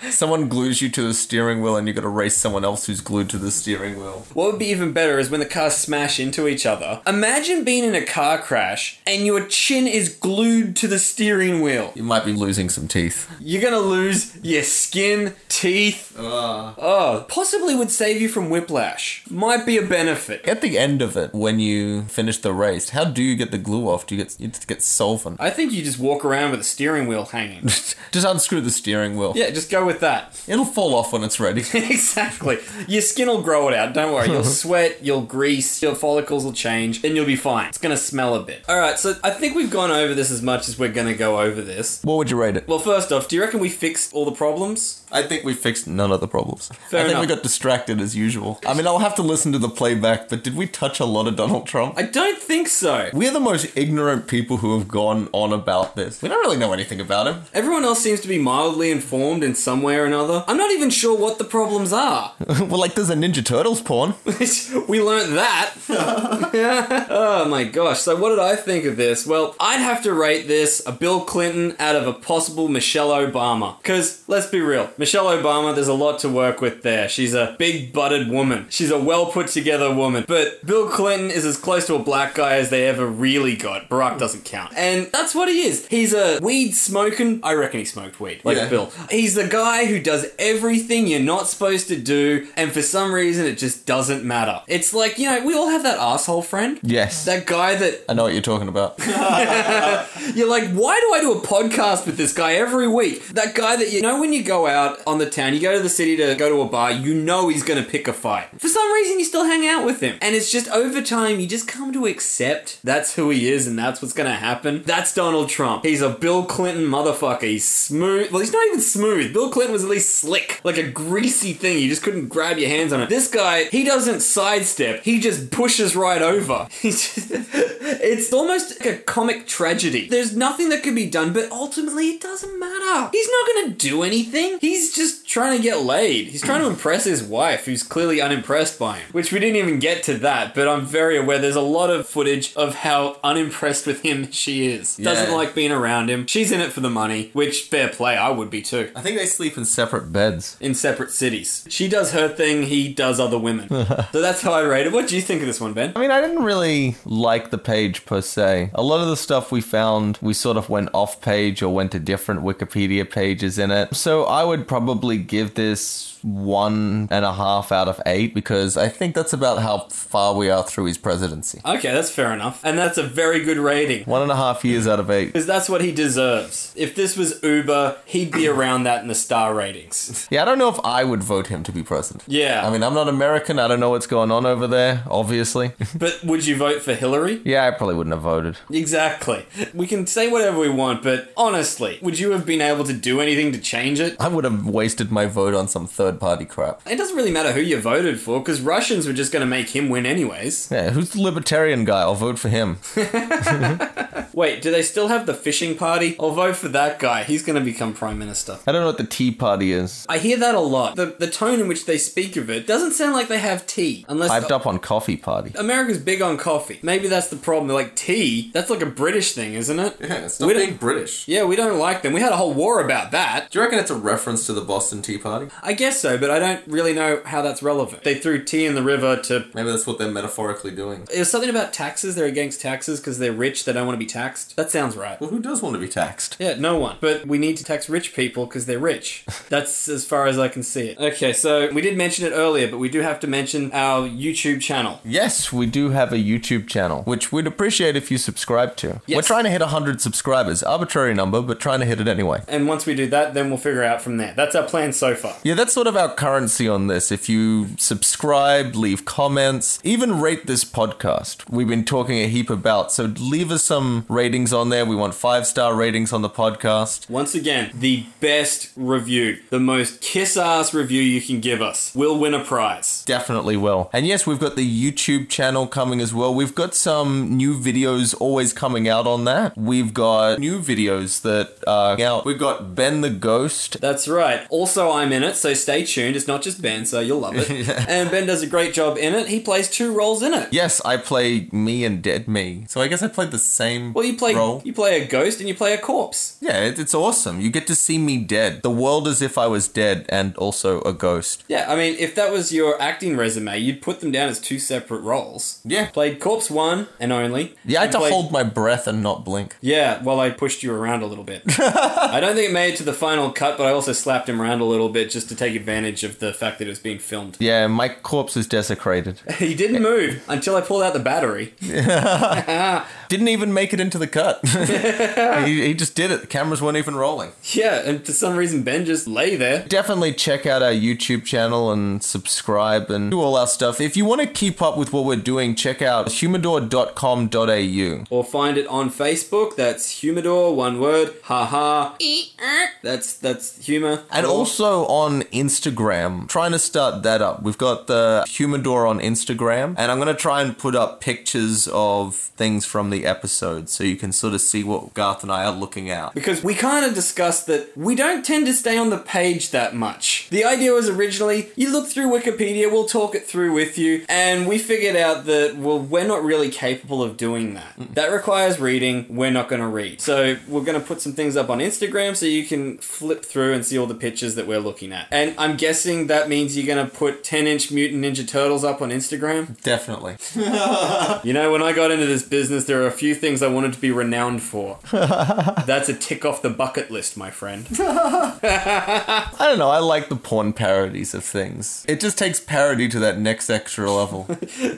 Speaker 5: someone glues you to the steering wheel and you got to race someone else who's glued to the steering wheel.
Speaker 2: What would be even better is when the cars smash into each other. Imagine being in a car crash and your chin is glued to the steering wheel.
Speaker 5: You might be losing some teeth.
Speaker 2: You're gonna lose your skin, teeth. Oh, possibly would save you from whiplash. Might be a benefit.
Speaker 5: At the end of it, when you finish the race, how do you get the glue off? Do you get you just get solvent?
Speaker 2: I think you just walk around with a steering wheel hanging.
Speaker 5: Just unscrew the steering wheel.
Speaker 2: yeah, just go with that.
Speaker 5: It'll fall off when it's ready.
Speaker 2: exactly. Your skin will grow it out. Don't worry. You'll sweat, you'll grease, your follicles will change, and you'll be fine. It's gonna smell a bit. Alright, so I think we've gone over this as much as we're gonna go over this.
Speaker 5: what would you rate it?
Speaker 2: Well, first off, do you reckon we fixed all the problems?
Speaker 5: I think we fixed none of the problems.
Speaker 2: Fair
Speaker 5: I think
Speaker 2: enough.
Speaker 5: we got distracted as usual. I mean, I'll have to listen to the playback, but did we touch a lot of Donald Trump?
Speaker 2: I don't think so.
Speaker 5: We're the most ignorant people who have gone on about this. We don't really know anything about him.
Speaker 2: Everyone else seems to be mildly informed in some way or another. I'm not even sure what the problems are.
Speaker 5: well, like, there's a Ninja Turtles porn.
Speaker 2: we learnt that. oh my gosh. So, what did I think of this? Well, I'd have to rate this a Bill Clinton out of a possible Michelle Obama. Because, let's be real, Michelle Obama, there's a lot to work with there. She's a big butted woman, she's a well put together woman. But Bill Clinton is as close to a black guy as they ever really got. Barack doesn't count. And that's what he is. He's a weed smoking. I reckon he smoked weed, like
Speaker 5: Yeah.
Speaker 2: Bill. He's the guy who does everything you're not supposed to do, and for some reason, it just doesn't matter. It's like, you know, we all have that asshole friend.
Speaker 5: Yes.
Speaker 2: That guy that
Speaker 5: I know what you're talking about.
Speaker 2: you're like, why do I do a podcast with this guy every week? That guy that you know when you go out on the town, you go to the city to go to a bar, you know he's gonna pick a fight. For some reason, you still hang out with him, and it's just over time you just come to accept that's who he is and that's what's gonna happen. That's Donald Trump. He's a Bill Clinton motherfucker. He's smooth. Well, he's not even smooth. Bill Clinton was at least slick, like a greasy thing. You just couldn't grab your hands on it. This guy, he doesn't sidestep. He just pushes right over. He just- it's almost like a comic tragedy. There's nothing that could be done, but ultimately it doesn't matter. He's not gonna do anything. He's just trying to get laid. He's trying to impress his wife, who's clearly unimpressed by him. Which we didn't even get to that, but I'm very aware there's a lot of footage of how unimpressed with him she is. Doesn't
Speaker 5: Yeah.
Speaker 2: like being around him. She's in it for the money, which fair play, I would be too
Speaker 5: I think they sleep in separate beds.
Speaker 2: in separate cities. She does her thing, he does other women. so that's how I rate it. What do you think of this one, Ben?
Speaker 5: I mean, I didn't really like the page per se. A lot of the stuff we found, we sort of went off page or went to different Wikipedia pages in it. So I would probably give this one and a half out of eight because I think that's about how far we are through his presidency.
Speaker 2: Okay, that's fair enough. And that's a very good rating.
Speaker 5: One and a half years out of eight.
Speaker 2: Because that's what he deserves. If this was Uber, he'd be around that in the star ratings.
Speaker 5: Yeah, I don't know if I would vote him to be president.
Speaker 2: Yeah.
Speaker 5: I mean, I'm not American. I don't know what's going on over there, obviously.
Speaker 2: But would you vote for Hillary?
Speaker 5: yeah, I probably wouldn't have voted.
Speaker 2: Exactly. We can say whatever we want, but honestly, would you have been able to do anything to change it?
Speaker 5: I would have wasted my vote on some third party crap.
Speaker 2: It doesn't really matter who you voted for, because Russians were just going to make him win anyways.
Speaker 5: Yeah, who's the libertarian guy? I'll vote for him.
Speaker 2: Wait, do they still have the fishing party? I'll vote for that guy. He's going to become prime minister.
Speaker 5: I don't know what the Tea Party is.
Speaker 2: I hear that a lot. The, the tone in which they speak of it doesn't sound like they have tea, unless
Speaker 5: Hyped up on Coffee Party.
Speaker 2: America's big on coffee. Maybe that's the problem. They're like tea. That's like a British thing, isn't it?
Speaker 5: Yeah, it's
Speaker 2: We don't-
Speaker 5: British.
Speaker 2: Yeah, we don't like them. We had a whole war about that.
Speaker 5: Do you reckon it's a reference to the Boston Tea Party?
Speaker 2: I guess so, but I don't really know how that's relevant. They threw tea in the river to.
Speaker 5: Maybe that's what they're metaphorically doing.
Speaker 2: There's something about taxes. They're against taxes because they're rich. They don't want to be taxed. That sounds right.
Speaker 5: Well, who does want to be taxed?
Speaker 2: Yeah, no one. But we need to tax rich people because they're rich. That's as far as I can see it. Okay, so we did mention it earlier, but we do have to mention our YouTube channel.
Speaker 5: Yes, we do have a YouTube channel, which we'd appreciate if you subscribe to.
Speaker 2: Yes.
Speaker 5: We're trying to hit 100 subscribers. Arbitrary number, but trying to hit it anyway.
Speaker 2: And once we do that, then we'll figure out from there. That's our plan so far.
Speaker 5: Yeah, that's sort of our currency on this. If you subscribe, leave comments, even rate this podcast. We've been talking a heap about, so leave us some ratings on there. We want five star ratings on the podcast.
Speaker 2: Once again, the best review, the most kiss ass review you can give us, will win a prize.
Speaker 5: Definitely will. And yes, we've got the YouTube channel coming as well. We've got some new videos always coming out on that. We've got new videos that are out. We've got Ben the Ghost.
Speaker 2: That's right. Also, I'm in it, so stay tuned. It's not just Ben, so you'll love it. And Ben does a great job in it. He plays two roles in it.
Speaker 5: Yes, I play me and Dead Me. So I guess I played the same
Speaker 2: Well, you play
Speaker 5: role.
Speaker 2: you play a ghost and you play a corpse.
Speaker 5: Yeah, it, it's awesome. You get to see me dead. The world as if I was dead and also a ghost.
Speaker 2: Yeah, I mean, if that was your acting resume, you'd put them down as two separate roles.
Speaker 5: Yeah.
Speaker 2: Played corpse one and only.
Speaker 5: Yeah, I had
Speaker 2: and
Speaker 5: to
Speaker 2: played-
Speaker 5: hold my breath and not blink.
Speaker 2: Yeah, well, I pushed you around a little bit. I don't think it made it to the final cut, but I also slapped him around a little bit just to take advantage of the fact that it was being filmed.
Speaker 5: Yeah, my corpse is desecrated.
Speaker 2: He didn't move until I pulled out the battery.
Speaker 5: Didn't even make it into the cut. he, he just did it. The cameras weren't even rolling.
Speaker 2: Yeah, and for some reason, Ben just lay there.
Speaker 5: Definitely check out our YouTube channel and subscribe and do all our stuff. If you want to keep up with what we're doing, check out humidor.com.au.
Speaker 2: Or find it on Facebook. That's humidor, one word. Ha ha. That's that's humor.
Speaker 5: And
Speaker 2: Or-
Speaker 5: also on Instagram, trying to start that up. We've got the Humidor on Instagram, and I'm going to try and put up pictures of things from the episode so you can sort of see what Garth and I are looking at.
Speaker 2: because we kind of discussed that we don't tend to stay on the page that much. The idea was originally you look through Wikipedia, we'll talk it through with you, and we figured out that, well, we're not really capable of doing that. That requires reading, we're not going to read. So we're going to put some things up on Instagram so you can flip through and see all the pictures that we're looking at. And I'm guessing that means you're going to put 10 inch Mutant Ninja Turtles up on Instagram.
Speaker 5: Definitely.
Speaker 2: You know, when I got into this business, there are a few things I wanted to be renowned for. That's a tick off the bucket list, my friend.
Speaker 5: I don't know, I like the porn parodies of things. It just takes parody to that next extra level.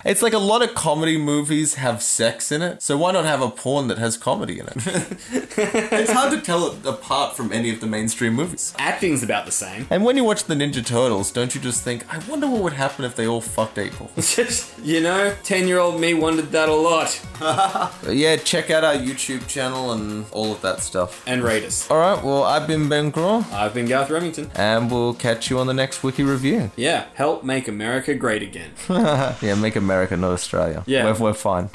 Speaker 5: it's like a lot of comedy movies have sex in it, so why not have a porn that has comedy in it? it's hard to tell it apart from any of the mainstream movies.
Speaker 2: Acting's about the same.
Speaker 5: And when you watch the Ninja Turtles, don't you just think, I wonder what would happen if they all fucked April?
Speaker 2: you know, 10 year old me wanted that a lot.
Speaker 5: But yeah, check out our YouTube channel and all of that stuff.
Speaker 2: And rate us.
Speaker 5: Alright, well, I've been Ben Graw,
Speaker 2: I've been Garth Remington.
Speaker 5: and we'll catch you on the next Wiki review.
Speaker 2: Yeah, help make America great again.
Speaker 5: Yeah, make America, not Australia.
Speaker 2: Yeah.
Speaker 5: We're, we're fine.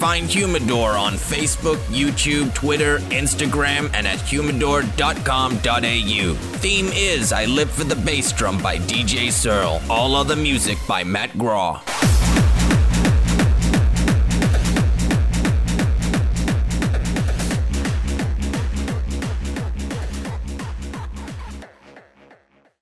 Speaker 1: Find Humidor on Facebook, YouTube, Twitter, Instagram, and at humidor.com.au. Theme is I Live for the Bass Drum by DJ Searle. All other music by Matt Graw.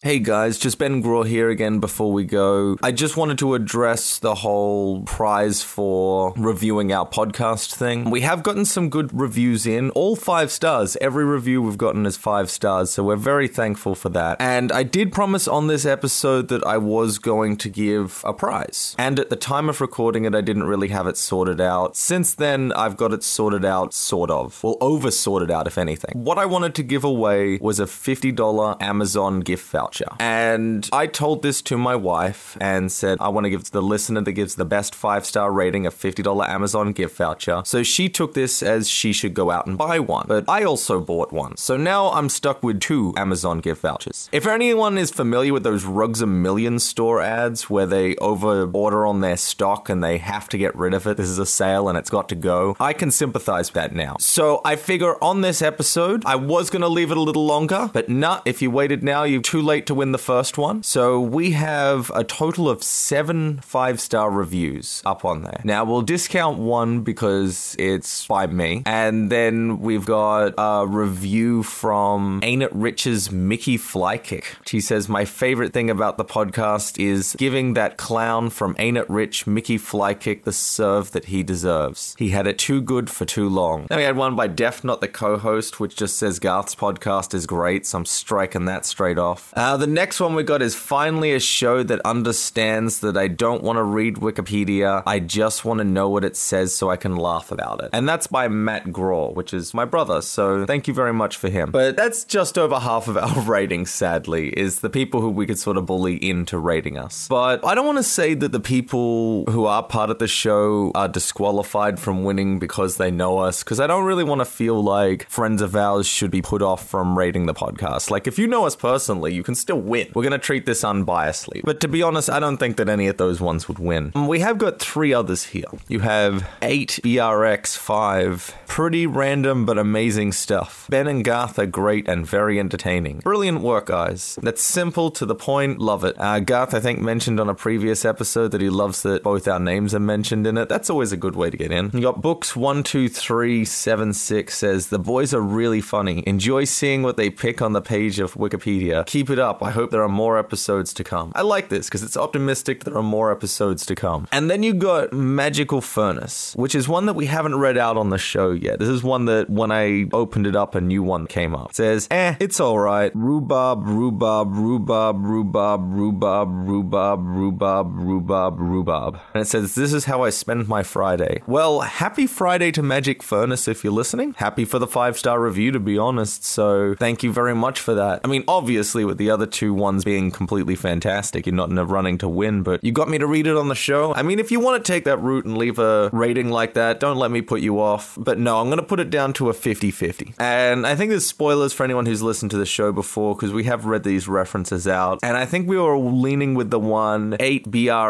Speaker 5: Hey guys, just Ben Graw here again before we go. I just wanted to address the whole prize for reviewing our podcast thing. We have gotten some good reviews in, all five stars. Every review we've gotten is five stars, so we're very thankful for that. And I did promise on this episode that I was going to give a prize. And at the time of recording it, I didn't really have it sorted out. Since then, I've got it sorted out, sort of. Well, over sorted out, if anything. What I wanted to give away was a $50 Amazon gift voucher. And I told this to my wife and said, I want to give the listener that gives the best five star rating a $50 Amazon gift voucher. So she took this as she should go out and buy one. But I also bought one. So now I'm stuck with two Amazon gift vouchers. If anyone is familiar with those Rugs a Million store ads where they over order on their stock and they have to get rid of it, this is a sale and it's got to go, I can sympathize with that now. So I figure on this episode, I was going to leave it a little longer, but nah, if you waited now, you're too late to win the first one. So we have a total of seven five star reviews up on there. Now we'll discount one because it's by me. And then we've got a review from Ain't It Rich's Mickey Flykick. She says, My favorite thing about the podcast is giving that clown from Ain't It Rich, Mickey Flykick, the serve that he deserves. He had it too good for too long. Then we had one by Def, not the co host, which just says Garth's podcast is great, so I'm striking that straight off. Uh, the next one we got is finally a show that understands that I don't want to read Wikipedia, I just want to know what it says so I can laugh about it. And that's by Matt Graw, which is my brother, so thank you very much for him. But that's just over half of our ratings, sadly, is the people who we could sort of bully into rating us. But I don't want to say that the people who are part of the show are disqualified from winning because they know us, because I don't really want to feel like friends of ours should be put off from rating the podcast. Like, if you know us personally, you can still win. We're going to treat this unbiasedly. But to be honest, I don't think that any of those ones would win. Um, We have got three others here. You have 8BRX5. Pretty random but amazing stuff. Ben and Garth are great and very entertaining. Brilliant work, guys. That's simple, to the point, love it. Uh, Garth, I think, mentioned on a previous episode that he loves that both our names are mentioned in it. That's always a good way to get in. You got books 12376 says, The boys are really funny. Enjoy seeing what they pick on the page of Wikipedia. Keep it up. I hope there are more episodes to come. I like this because it's optimistic that there are more episodes to come. And then you got Magical Furnace, which is one that we haven't read out on the show yet. This is one that when I opened it up, a new one came up. It says, eh, it's alright. Rhubarb, rhubarb, rhubarb, rhubarb, rhubarb, rhubarb, rhubarb, rhubarb, rhubarb. And it says, this is how I spend my Friday. Well, happy Friday to Magic Furnace if you're listening. Happy for the five star review, to be honest. So thank you very much for that. I mean, obviously, with the other two ones being completely fantastic, you're not in a running to win, but you got me to read it on the show. I mean, if you want to take that route and leave a rating like that, don't let me put you off. But no, I'm going to put it down to a 50 50. And I think there's spoilers for anyone who's listened to the show before because we have read these references out. And I think we were leaning with the one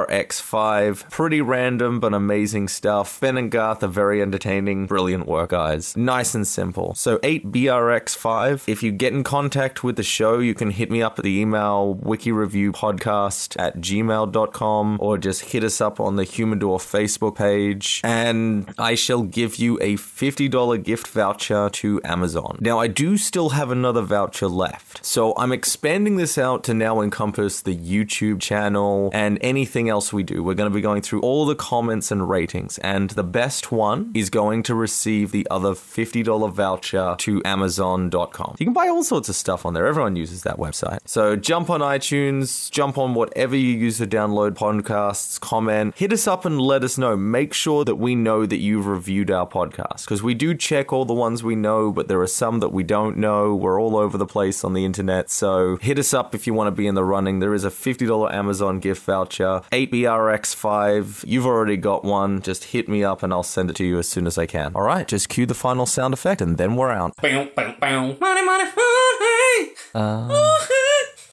Speaker 5: 8BRX5. Pretty random, but amazing stuff. Ben and Garth are very entertaining. Brilliant work, guys. Nice and simple. So 8BRX5. If you get in contact with the show, you can hit me up at the email wikireviewpodcast at gmail.com or just hit us up on the Humidor Facebook page. And I shall give you a $50 gift voucher to Amazon. Now, I do still have another voucher left. So I'm expanding this out to now encompass the YouTube channel and anything else we do. We're going to be going through all the comments and ratings. And the best one is going to receive the other $50 voucher to Amazon.com. You can buy all sorts of stuff on there. Everyone uses that website. So jump on iTunes, jump on whatever you use to download podcasts, comment, hit us up and let us know. Make sure that we know that you've reviewed our podcast because we do check all the ones we know, but there are some that we don't know. We're all over the place on the internet. So hit us up if you want to be in the running. There is a $50 Amazon gift voucher, 8BRX5. You've already got one. Just hit me up and I'll send it to you as soon as I can. All right, just cue the final sound effect and then we're out.
Speaker 2: Bow, bow, bow. Money, money, money.
Speaker 5: Uh,